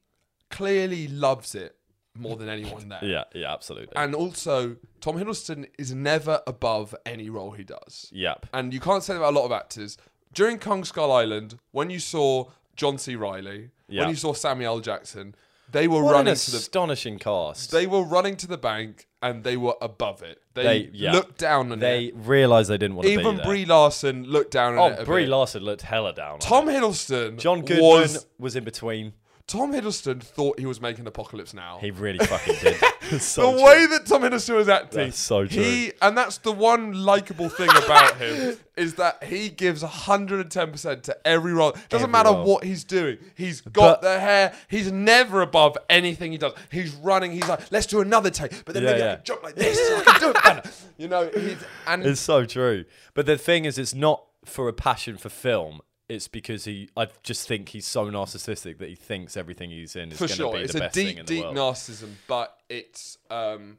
[SPEAKER 1] clearly loves it more than anyone there.
[SPEAKER 2] Yeah, yeah, absolutely.
[SPEAKER 1] And also, Tom Hiddleston is never above any role he does.
[SPEAKER 2] yep.
[SPEAKER 1] And you can't say that about a lot of actors. During Kong Skull Island, when you saw John C. Riley,
[SPEAKER 2] Yeah.
[SPEAKER 1] when you saw Samuel L. Jackson, they were
[SPEAKER 2] What an
[SPEAKER 1] running to the
[SPEAKER 2] astonishing cast.
[SPEAKER 1] they were running to the bank and they were above it. They,
[SPEAKER 2] They- yeah.
[SPEAKER 1] looked down on
[SPEAKER 2] They
[SPEAKER 1] it.
[SPEAKER 2] realised they didn't want to be
[SPEAKER 1] Even
[SPEAKER 2] there.
[SPEAKER 1] Brie Larson looked down on it.
[SPEAKER 2] Oh,
[SPEAKER 1] a
[SPEAKER 2] Brie
[SPEAKER 1] bit.
[SPEAKER 2] Larson looked hella down. on
[SPEAKER 1] Tom Hiddleston
[SPEAKER 2] John Goodman
[SPEAKER 1] was
[SPEAKER 2] was, in between.
[SPEAKER 1] Tom Hiddleston thought he was making Apocalypse Now.
[SPEAKER 2] He really fucking [laughs] did.
[SPEAKER 1] the
[SPEAKER 2] so true.
[SPEAKER 1] way that Tom Hiddleston was acting,
[SPEAKER 2] That's so true.
[SPEAKER 1] He and that's the one likable thing about him [laughs] is that he gives hundred and ten percent to every role. Doesn't
[SPEAKER 2] Every
[SPEAKER 1] matter
[SPEAKER 2] role.
[SPEAKER 1] what he's doing. He's got
[SPEAKER 2] But-
[SPEAKER 1] the hair. He's never above anything he does. He's running. He's like, let's do another take, but then
[SPEAKER 2] Yeah,
[SPEAKER 1] maybe
[SPEAKER 2] yeah.
[SPEAKER 1] I can jump like this. so I can do it
[SPEAKER 2] [laughs]
[SPEAKER 1] better. You know, he's and
[SPEAKER 2] it's so true. But the thing is, it's not for a passion for film. It's because he. I just think he's so narcissistic that he thinks everything he's in is
[SPEAKER 1] for
[SPEAKER 2] going to
[SPEAKER 1] sure,
[SPEAKER 2] be
[SPEAKER 1] it's
[SPEAKER 2] the
[SPEAKER 1] a
[SPEAKER 2] best thing
[SPEAKER 1] deep,
[SPEAKER 2] in the
[SPEAKER 1] deep
[SPEAKER 2] world.
[SPEAKER 1] narcissism, but it's um,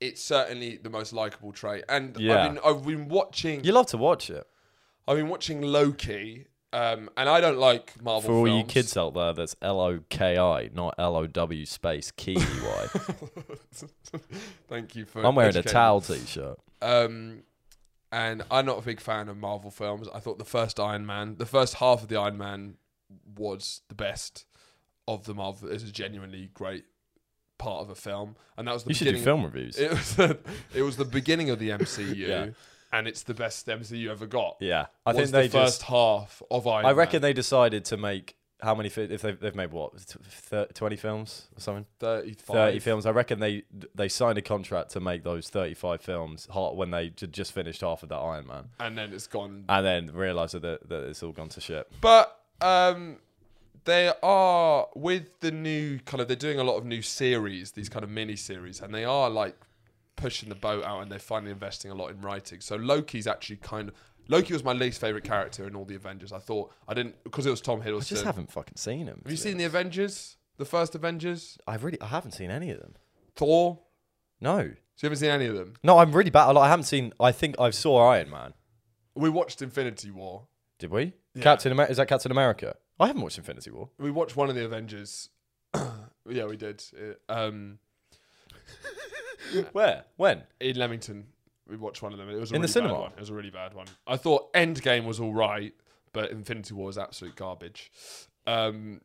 [SPEAKER 1] it's certainly the most likable trait. And
[SPEAKER 2] Yeah.
[SPEAKER 1] I've been, I've been watching.
[SPEAKER 2] you love to watch it.
[SPEAKER 1] I've been watching Loki, Um, and I don't like Marvel
[SPEAKER 2] For all you
[SPEAKER 1] films.
[SPEAKER 2] kids out there, that's L O K I, not L O W space K E [laughs] Y.
[SPEAKER 1] [laughs] Thank you for.
[SPEAKER 2] I'm wearing a
[SPEAKER 1] educating me.
[SPEAKER 2] towel t shirt.
[SPEAKER 1] Um, and I'm not a big fan of Marvel films. I thought the first Iron Man, the first half of the Iron Man, was the best of the Marvel. It was a genuinely great part of a film, and that was the
[SPEAKER 2] You should do
[SPEAKER 1] beginning.
[SPEAKER 2] film reviews.
[SPEAKER 1] [laughs] It was the, it was the beginning of the MCU,
[SPEAKER 2] [laughs] Yeah.
[SPEAKER 1] and it's the best MCU ever got.
[SPEAKER 2] yeah. I
[SPEAKER 1] was
[SPEAKER 2] think they
[SPEAKER 1] the first
[SPEAKER 2] just.
[SPEAKER 1] half of Iron.
[SPEAKER 2] I
[SPEAKER 1] Man.
[SPEAKER 2] reckon they decided to make how many. fi- If they've, they've made what? t- thir- 20 films or something?
[SPEAKER 1] 35.
[SPEAKER 2] 30 films. I reckon they they signed a contract to make those 35 films hot when they ju- just finished half of that Iron Man.
[SPEAKER 1] and then it's gone.
[SPEAKER 2] And then realised that, that it's all gone to shit.
[SPEAKER 1] But um, they are with the new kind of they're doing a lot of new series, these kind of mini series, and they are like pushing the boat out, and they're finally investing a lot in writing. So Loki's actually kind of Loki was my least favorite character in all the Avengers. I thought I didn't because it was Tom Hiddleston.
[SPEAKER 2] I just haven't fucking seen him.
[SPEAKER 1] Have you seen the Avengers? The first Avengers,
[SPEAKER 2] I really I haven't seen any of them.
[SPEAKER 1] Thor.
[SPEAKER 2] No.
[SPEAKER 1] So you haven't seen any of them.
[SPEAKER 2] No, I'm really bad. Like, I haven't seen. I think I saw Iron Man.
[SPEAKER 1] We watched Infinity War.
[SPEAKER 2] Did we? Captain America. Is that Captain America? I haven't watched Infinity War.
[SPEAKER 1] We watched one of the Avengers. [coughs] yeah, we did. Uh, Um,
[SPEAKER 2] Where? When?
[SPEAKER 1] in Leamington, we watched one of them. and It was a
[SPEAKER 2] In the
[SPEAKER 1] really
[SPEAKER 2] cinema?
[SPEAKER 1] Bad one. It was a really bad one. I thought Endgame was all right, but Infinity War is absolute garbage. Um,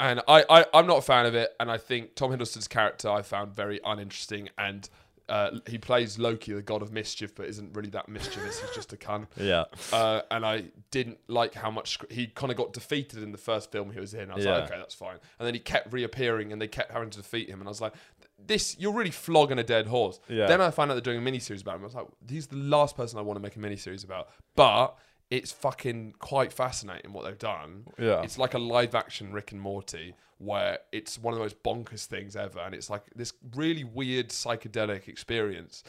[SPEAKER 1] and I, I, I'm not a fan of it. And I think Tom Hiddleston's character I found very uninteresting. And uh, he plays Loki, the god of mischief, but isn't really that mischievous. He's just a cunt.
[SPEAKER 2] Yeah.
[SPEAKER 1] Uh, and I didn't like how much sc- he kind of got defeated in the first film he was in. I was
[SPEAKER 2] Yeah.
[SPEAKER 1] like, okay, that's fine. And then he kept reappearing, and they kept having to defeat him. And I was like, this you're really flogging a dead horse.
[SPEAKER 2] Yeah.
[SPEAKER 1] Then I found out they're doing a miniseries about him. I was like, he's the last person I want to make a miniseries about. But it's fucking quite fascinating what they've done.
[SPEAKER 2] Yeah.
[SPEAKER 1] It's like a live action Rick and Morty where it's one of the most bonkers things ever. And it's like this really weird psychedelic experience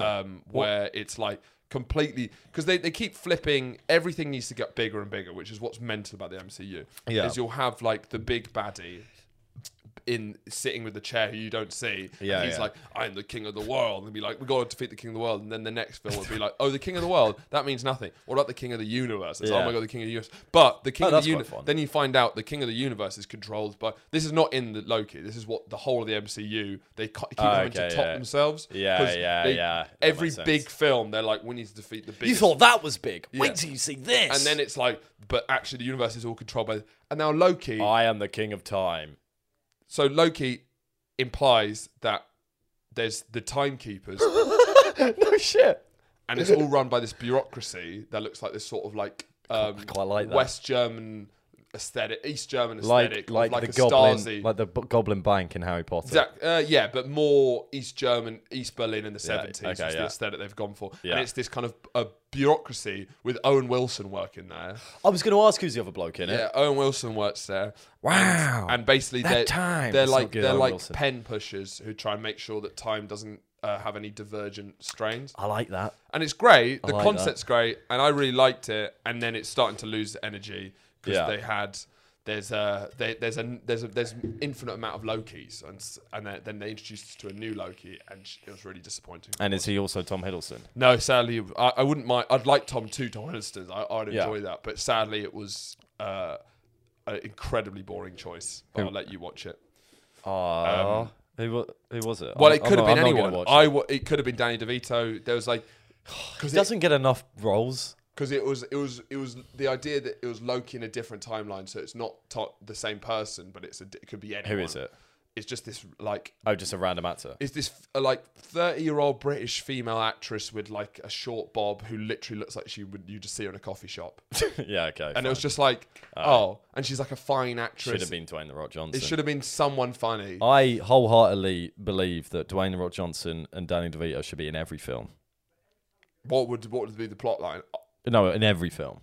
[SPEAKER 1] um, where it's like completely because they, they keep flipping everything needs to get bigger and bigger, which is what's mental about the MCU.
[SPEAKER 2] Yeah.
[SPEAKER 1] Is you'll have like the big baddie in sitting with the chair who you don't see. and
[SPEAKER 2] Yeah,
[SPEAKER 1] he's
[SPEAKER 2] yeah.
[SPEAKER 1] like, I'm the king of the world. And be like, we got to defeat the king of the world. And then the next film would be like, oh, the king of the world. That means nothing. What about the king of the universe? It's,
[SPEAKER 2] Yeah.
[SPEAKER 1] oh my god, the king of the universe. But the king
[SPEAKER 2] Oh,
[SPEAKER 1] of
[SPEAKER 2] that's
[SPEAKER 1] the universe.
[SPEAKER 2] quite fun.
[SPEAKER 1] Then you find out the king of the universe is controlled by. This is not in the Loki. This is what the whole of the MCU. They ca- keep
[SPEAKER 2] Oh,
[SPEAKER 1] having
[SPEAKER 2] okay,
[SPEAKER 1] to top
[SPEAKER 2] yeah.
[SPEAKER 1] themselves.
[SPEAKER 2] [laughs] Yeah,
[SPEAKER 1] 'cause
[SPEAKER 2] yeah,
[SPEAKER 1] they-
[SPEAKER 2] yeah. That
[SPEAKER 1] Every
[SPEAKER 2] makes sense.
[SPEAKER 1] big film, they're like, we need to defeat the big.
[SPEAKER 2] that was big.
[SPEAKER 1] Yeah.
[SPEAKER 2] till you see this.
[SPEAKER 1] And then it's like, but actually, the universe is all controlled by. And now Loki.
[SPEAKER 2] Oh, I am the king
[SPEAKER 1] [laughs]
[SPEAKER 2] of time.
[SPEAKER 1] So Loki implies that there's the
[SPEAKER 2] [laughs]
[SPEAKER 1] timekeepers,
[SPEAKER 2] no shit.
[SPEAKER 1] and it's all run by this bureaucracy that looks like this sort of like um,
[SPEAKER 2] I quite like that.
[SPEAKER 1] West German aesthetic, East German aesthetic,
[SPEAKER 2] Like
[SPEAKER 1] of
[SPEAKER 2] like,
[SPEAKER 1] like
[SPEAKER 2] the
[SPEAKER 1] a
[SPEAKER 2] goblin,
[SPEAKER 1] Stasi.
[SPEAKER 2] like the b- Goblin Bank in Harry Potter.
[SPEAKER 1] Exact- uh, yeah, but more East German, East Berlin in the seventies.
[SPEAKER 2] okay,
[SPEAKER 1] is the
[SPEAKER 2] yeah.
[SPEAKER 1] aesthetic they've gone for,
[SPEAKER 2] Yeah.
[SPEAKER 1] and it's this kind of a bureaucracy with Owen Wilson working there.
[SPEAKER 2] I was going to ask who's the other bloke in it.
[SPEAKER 1] Yeah, Owen Wilson works there.
[SPEAKER 2] Wow.
[SPEAKER 1] and basically
[SPEAKER 2] That
[SPEAKER 1] they're,
[SPEAKER 2] time.
[SPEAKER 1] they're
[SPEAKER 2] That's not
[SPEAKER 1] like
[SPEAKER 2] good,
[SPEAKER 1] they're
[SPEAKER 2] Owen
[SPEAKER 1] like
[SPEAKER 2] Wilson.
[SPEAKER 1] pen pushers who try and make sure that time doesn't uh, have any divergent strains
[SPEAKER 2] I like that.
[SPEAKER 1] and it's great the
[SPEAKER 2] like that.
[SPEAKER 1] concept's great and i really liked it and then it's starting to lose energy because
[SPEAKER 2] Yeah.
[SPEAKER 1] they had there's a they, there's a there's a there's an infinite amount of lokis and s- and then- then they introduced us to a new loki and sh- it was really disappointing
[SPEAKER 2] And is he also Tom Hiddleston?
[SPEAKER 1] no sadly i, I wouldn't mind i'd like tom too tom Hiddleston. I, i'd
[SPEAKER 2] Yeah.
[SPEAKER 1] enjoy that but sadly it was uh, an incredibly boring choice but i'll let you watch it
[SPEAKER 2] Ah, who, wa- who was it?
[SPEAKER 1] Well,
[SPEAKER 2] I'm-
[SPEAKER 1] it could have been
[SPEAKER 2] I'm not- I'm not gonna
[SPEAKER 1] anyone.
[SPEAKER 2] watch
[SPEAKER 1] I
[SPEAKER 2] it.
[SPEAKER 1] w- it could have been Danny DeVito. There was like because
[SPEAKER 2] He
[SPEAKER 1] it,
[SPEAKER 2] doesn't get enough roles.
[SPEAKER 1] 'cause it was it was it was the idea that it was Loki in a different timeline, so it's not to- the same person, but it's a, di- it could be anyone.
[SPEAKER 2] Who is it?
[SPEAKER 1] It's just this like
[SPEAKER 2] Oh, just a
[SPEAKER 1] [laughs]
[SPEAKER 2] random actor. [laughs]
[SPEAKER 1] is this uh, like thirty year old British female actress with like a short bob who literally looks like she would you just see her in a coffee
[SPEAKER 2] [laughs]
[SPEAKER 1] shop,
[SPEAKER 2] yeah, okay.
[SPEAKER 1] and
[SPEAKER 2] And
[SPEAKER 1] it was just like oh, and she's like a fine
[SPEAKER 2] should
[SPEAKER 1] actress.
[SPEAKER 2] have Ah. been Dwayne the Rock Johnson.
[SPEAKER 1] it should have been someone funny.
[SPEAKER 2] I wholeheartedly believe that Dwayne the Rock Johnson and Danny DeVito should be in every film.
[SPEAKER 1] What would what would be the plot line? [laughs]
[SPEAKER 2] No, in every film,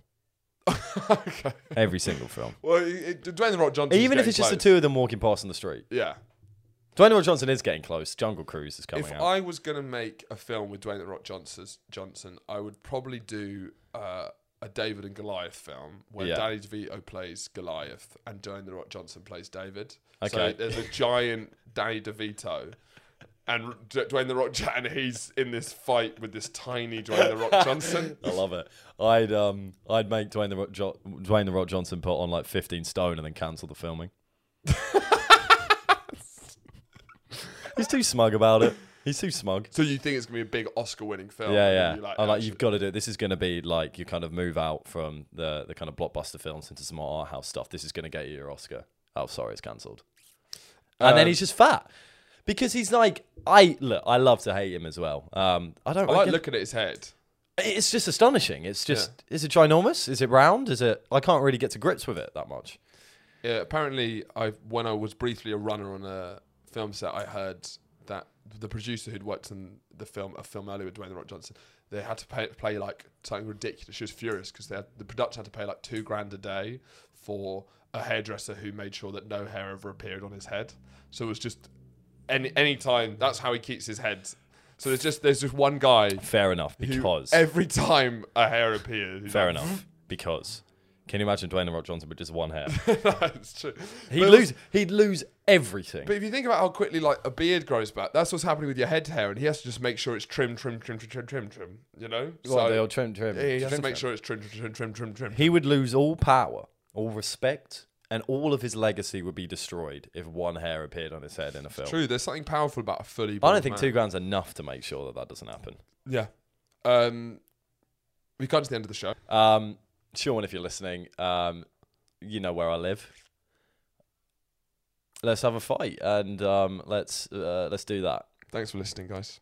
[SPEAKER 1] okay.
[SPEAKER 2] every single film.
[SPEAKER 1] Well, it, it, Dwayne the Rock Johnson.
[SPEAKER 2] Even if it's just the two of them walking past on the street.
[SPEAKER 1] Yeah.
[SPEAKER 2] Dwayne the Rock Johnson is getting close. Jungle Cruise is coming
[SPEAKER 1] If
[SPEAKER 2] out.
[SPEAKER 1] I was going to make a film with Dwayne the Rock Johnson, Johnson I would probably do uh, a David and Goliath film where
[SPEAKER 2] Yeah.
[SPEAKER 1] Danny DeVito plays Goliath and Dwayne the Rock Johnson plays David. So
[SPEAKER 2] Okay.
[SPEAKER 1] there's a giant Danny DeVito and D- Dwayne the Rock Johnson, he's in this fight with this tiny Dwayne the Rock
[SPEAKER 2] [laughs]
[SPEAKER 1] Johnson.
[SPEAKER 2] I love it. I'd um I'd make Dwayne the Rock jo- Dwayne the Rock Johnson put on like 15 stone and then cancel
[SPEAKER 1] [laughs]
[SPEAKER 2] the filming. He's too smug about it. He's too smug.
[SPEAKER 1] So you think it's gonna be a big Oscar-winning film?
[SPEAKER 2] Yeah,
[SPEAKER 1] Oh, and
[SPEAKER 2] yeah.
[SPEAKER 1] you like,
[SPEAKER 2] I'm like,
[SPEAKER 1] actually-
[SPEAKER 2] you've got to do it. This is going to be like your kind of move out from the the kind of blockbuster films into some more art house stuff. This is going to get you your Oscar. Oh, sorry, it's cancelled. And
[SPEAKER 1] Um,
[SPEAKER 2] then he's just fat because he's like, I look. I love to hate him as well. Um, I don't.
[SPEAKER 1] I like
[SPEAKER 2] get-
[SPEAKER 1] looking at his head.
[SPEAKER 2] it's just astonishing. It's just is it ginormous? Is it round? Is it? I can't really get to grips with it that much.
[SPEAKER 1] Yeah, apparently, I when I was briefly a runner on a film set, I heard that the producer who'd worked on the film, a film earlier with Dwayne the Rock Johnson, they had to pay, play like something ridiculous. She was furious because the production had to pay like two grand a day for a hairdresser who made sure that no hair ever appeared on his head. So it was just any any time. That's how he keeps his head. So there's just there's just one guy
[SPEAKER 2] Fair enough
[SPEAKER 1] who
[SPEAKER 2] because
[SPEAKER 1] every time a hair appeared. he's
[SPEAKER 2] fair
[SPEAKER 1] like,
[SPEAKER 2] enough because can you imagine Dwayne the Rock Johnson with just one
[SPEAKER 1] [laughs]
[SPEAKER 2] hair?
[SPEAKER 1] [laughs] that's true.
[SPEAKER 2] He'd
[SPEAKER 1] But
[SPEAKER 2] lose. He'd lose everything.
[SPEAKER 1] But if you think about how quickly like a beard grows back, that's what's happening with your head hair, and he has to just make sure it's trim, trim, trim, trim, trim, trim, trim. You know,
[SPEAKER 2] Well, they'll trim, trim,
[SPEAKER 1] yeah, he has to
[SPEAKER 2] trim,
[SPEAKER 1] make
[SPEAKER 2] trim.
[SPEAKER 1] sure it's trim, trim, trim, trim, trim, trim.
[SPEAKER 2] He would lose all power, all respect, and all of his legacy would be destroyed if one hair appeared on his head in a film.
[SPEAKER 1] True, there's something powerful about a fully.
[SPEAKER 2] I
[SPEAKER 1] bald
[SPEAKER 2] don't think
[SPEAKER 1] man.
[SPEAKER 2] two grand's enough to make sure that that doesn't happen.
[SPEAKER 1] Yeah, um, we come to the end of the show.
[SPEAKER 2] Um, Sean, if you're listening, um, you know where I live. Let's have a fight and um, let's uh, let's do that.
[SPEAKER 1] Thanks for listening, guys.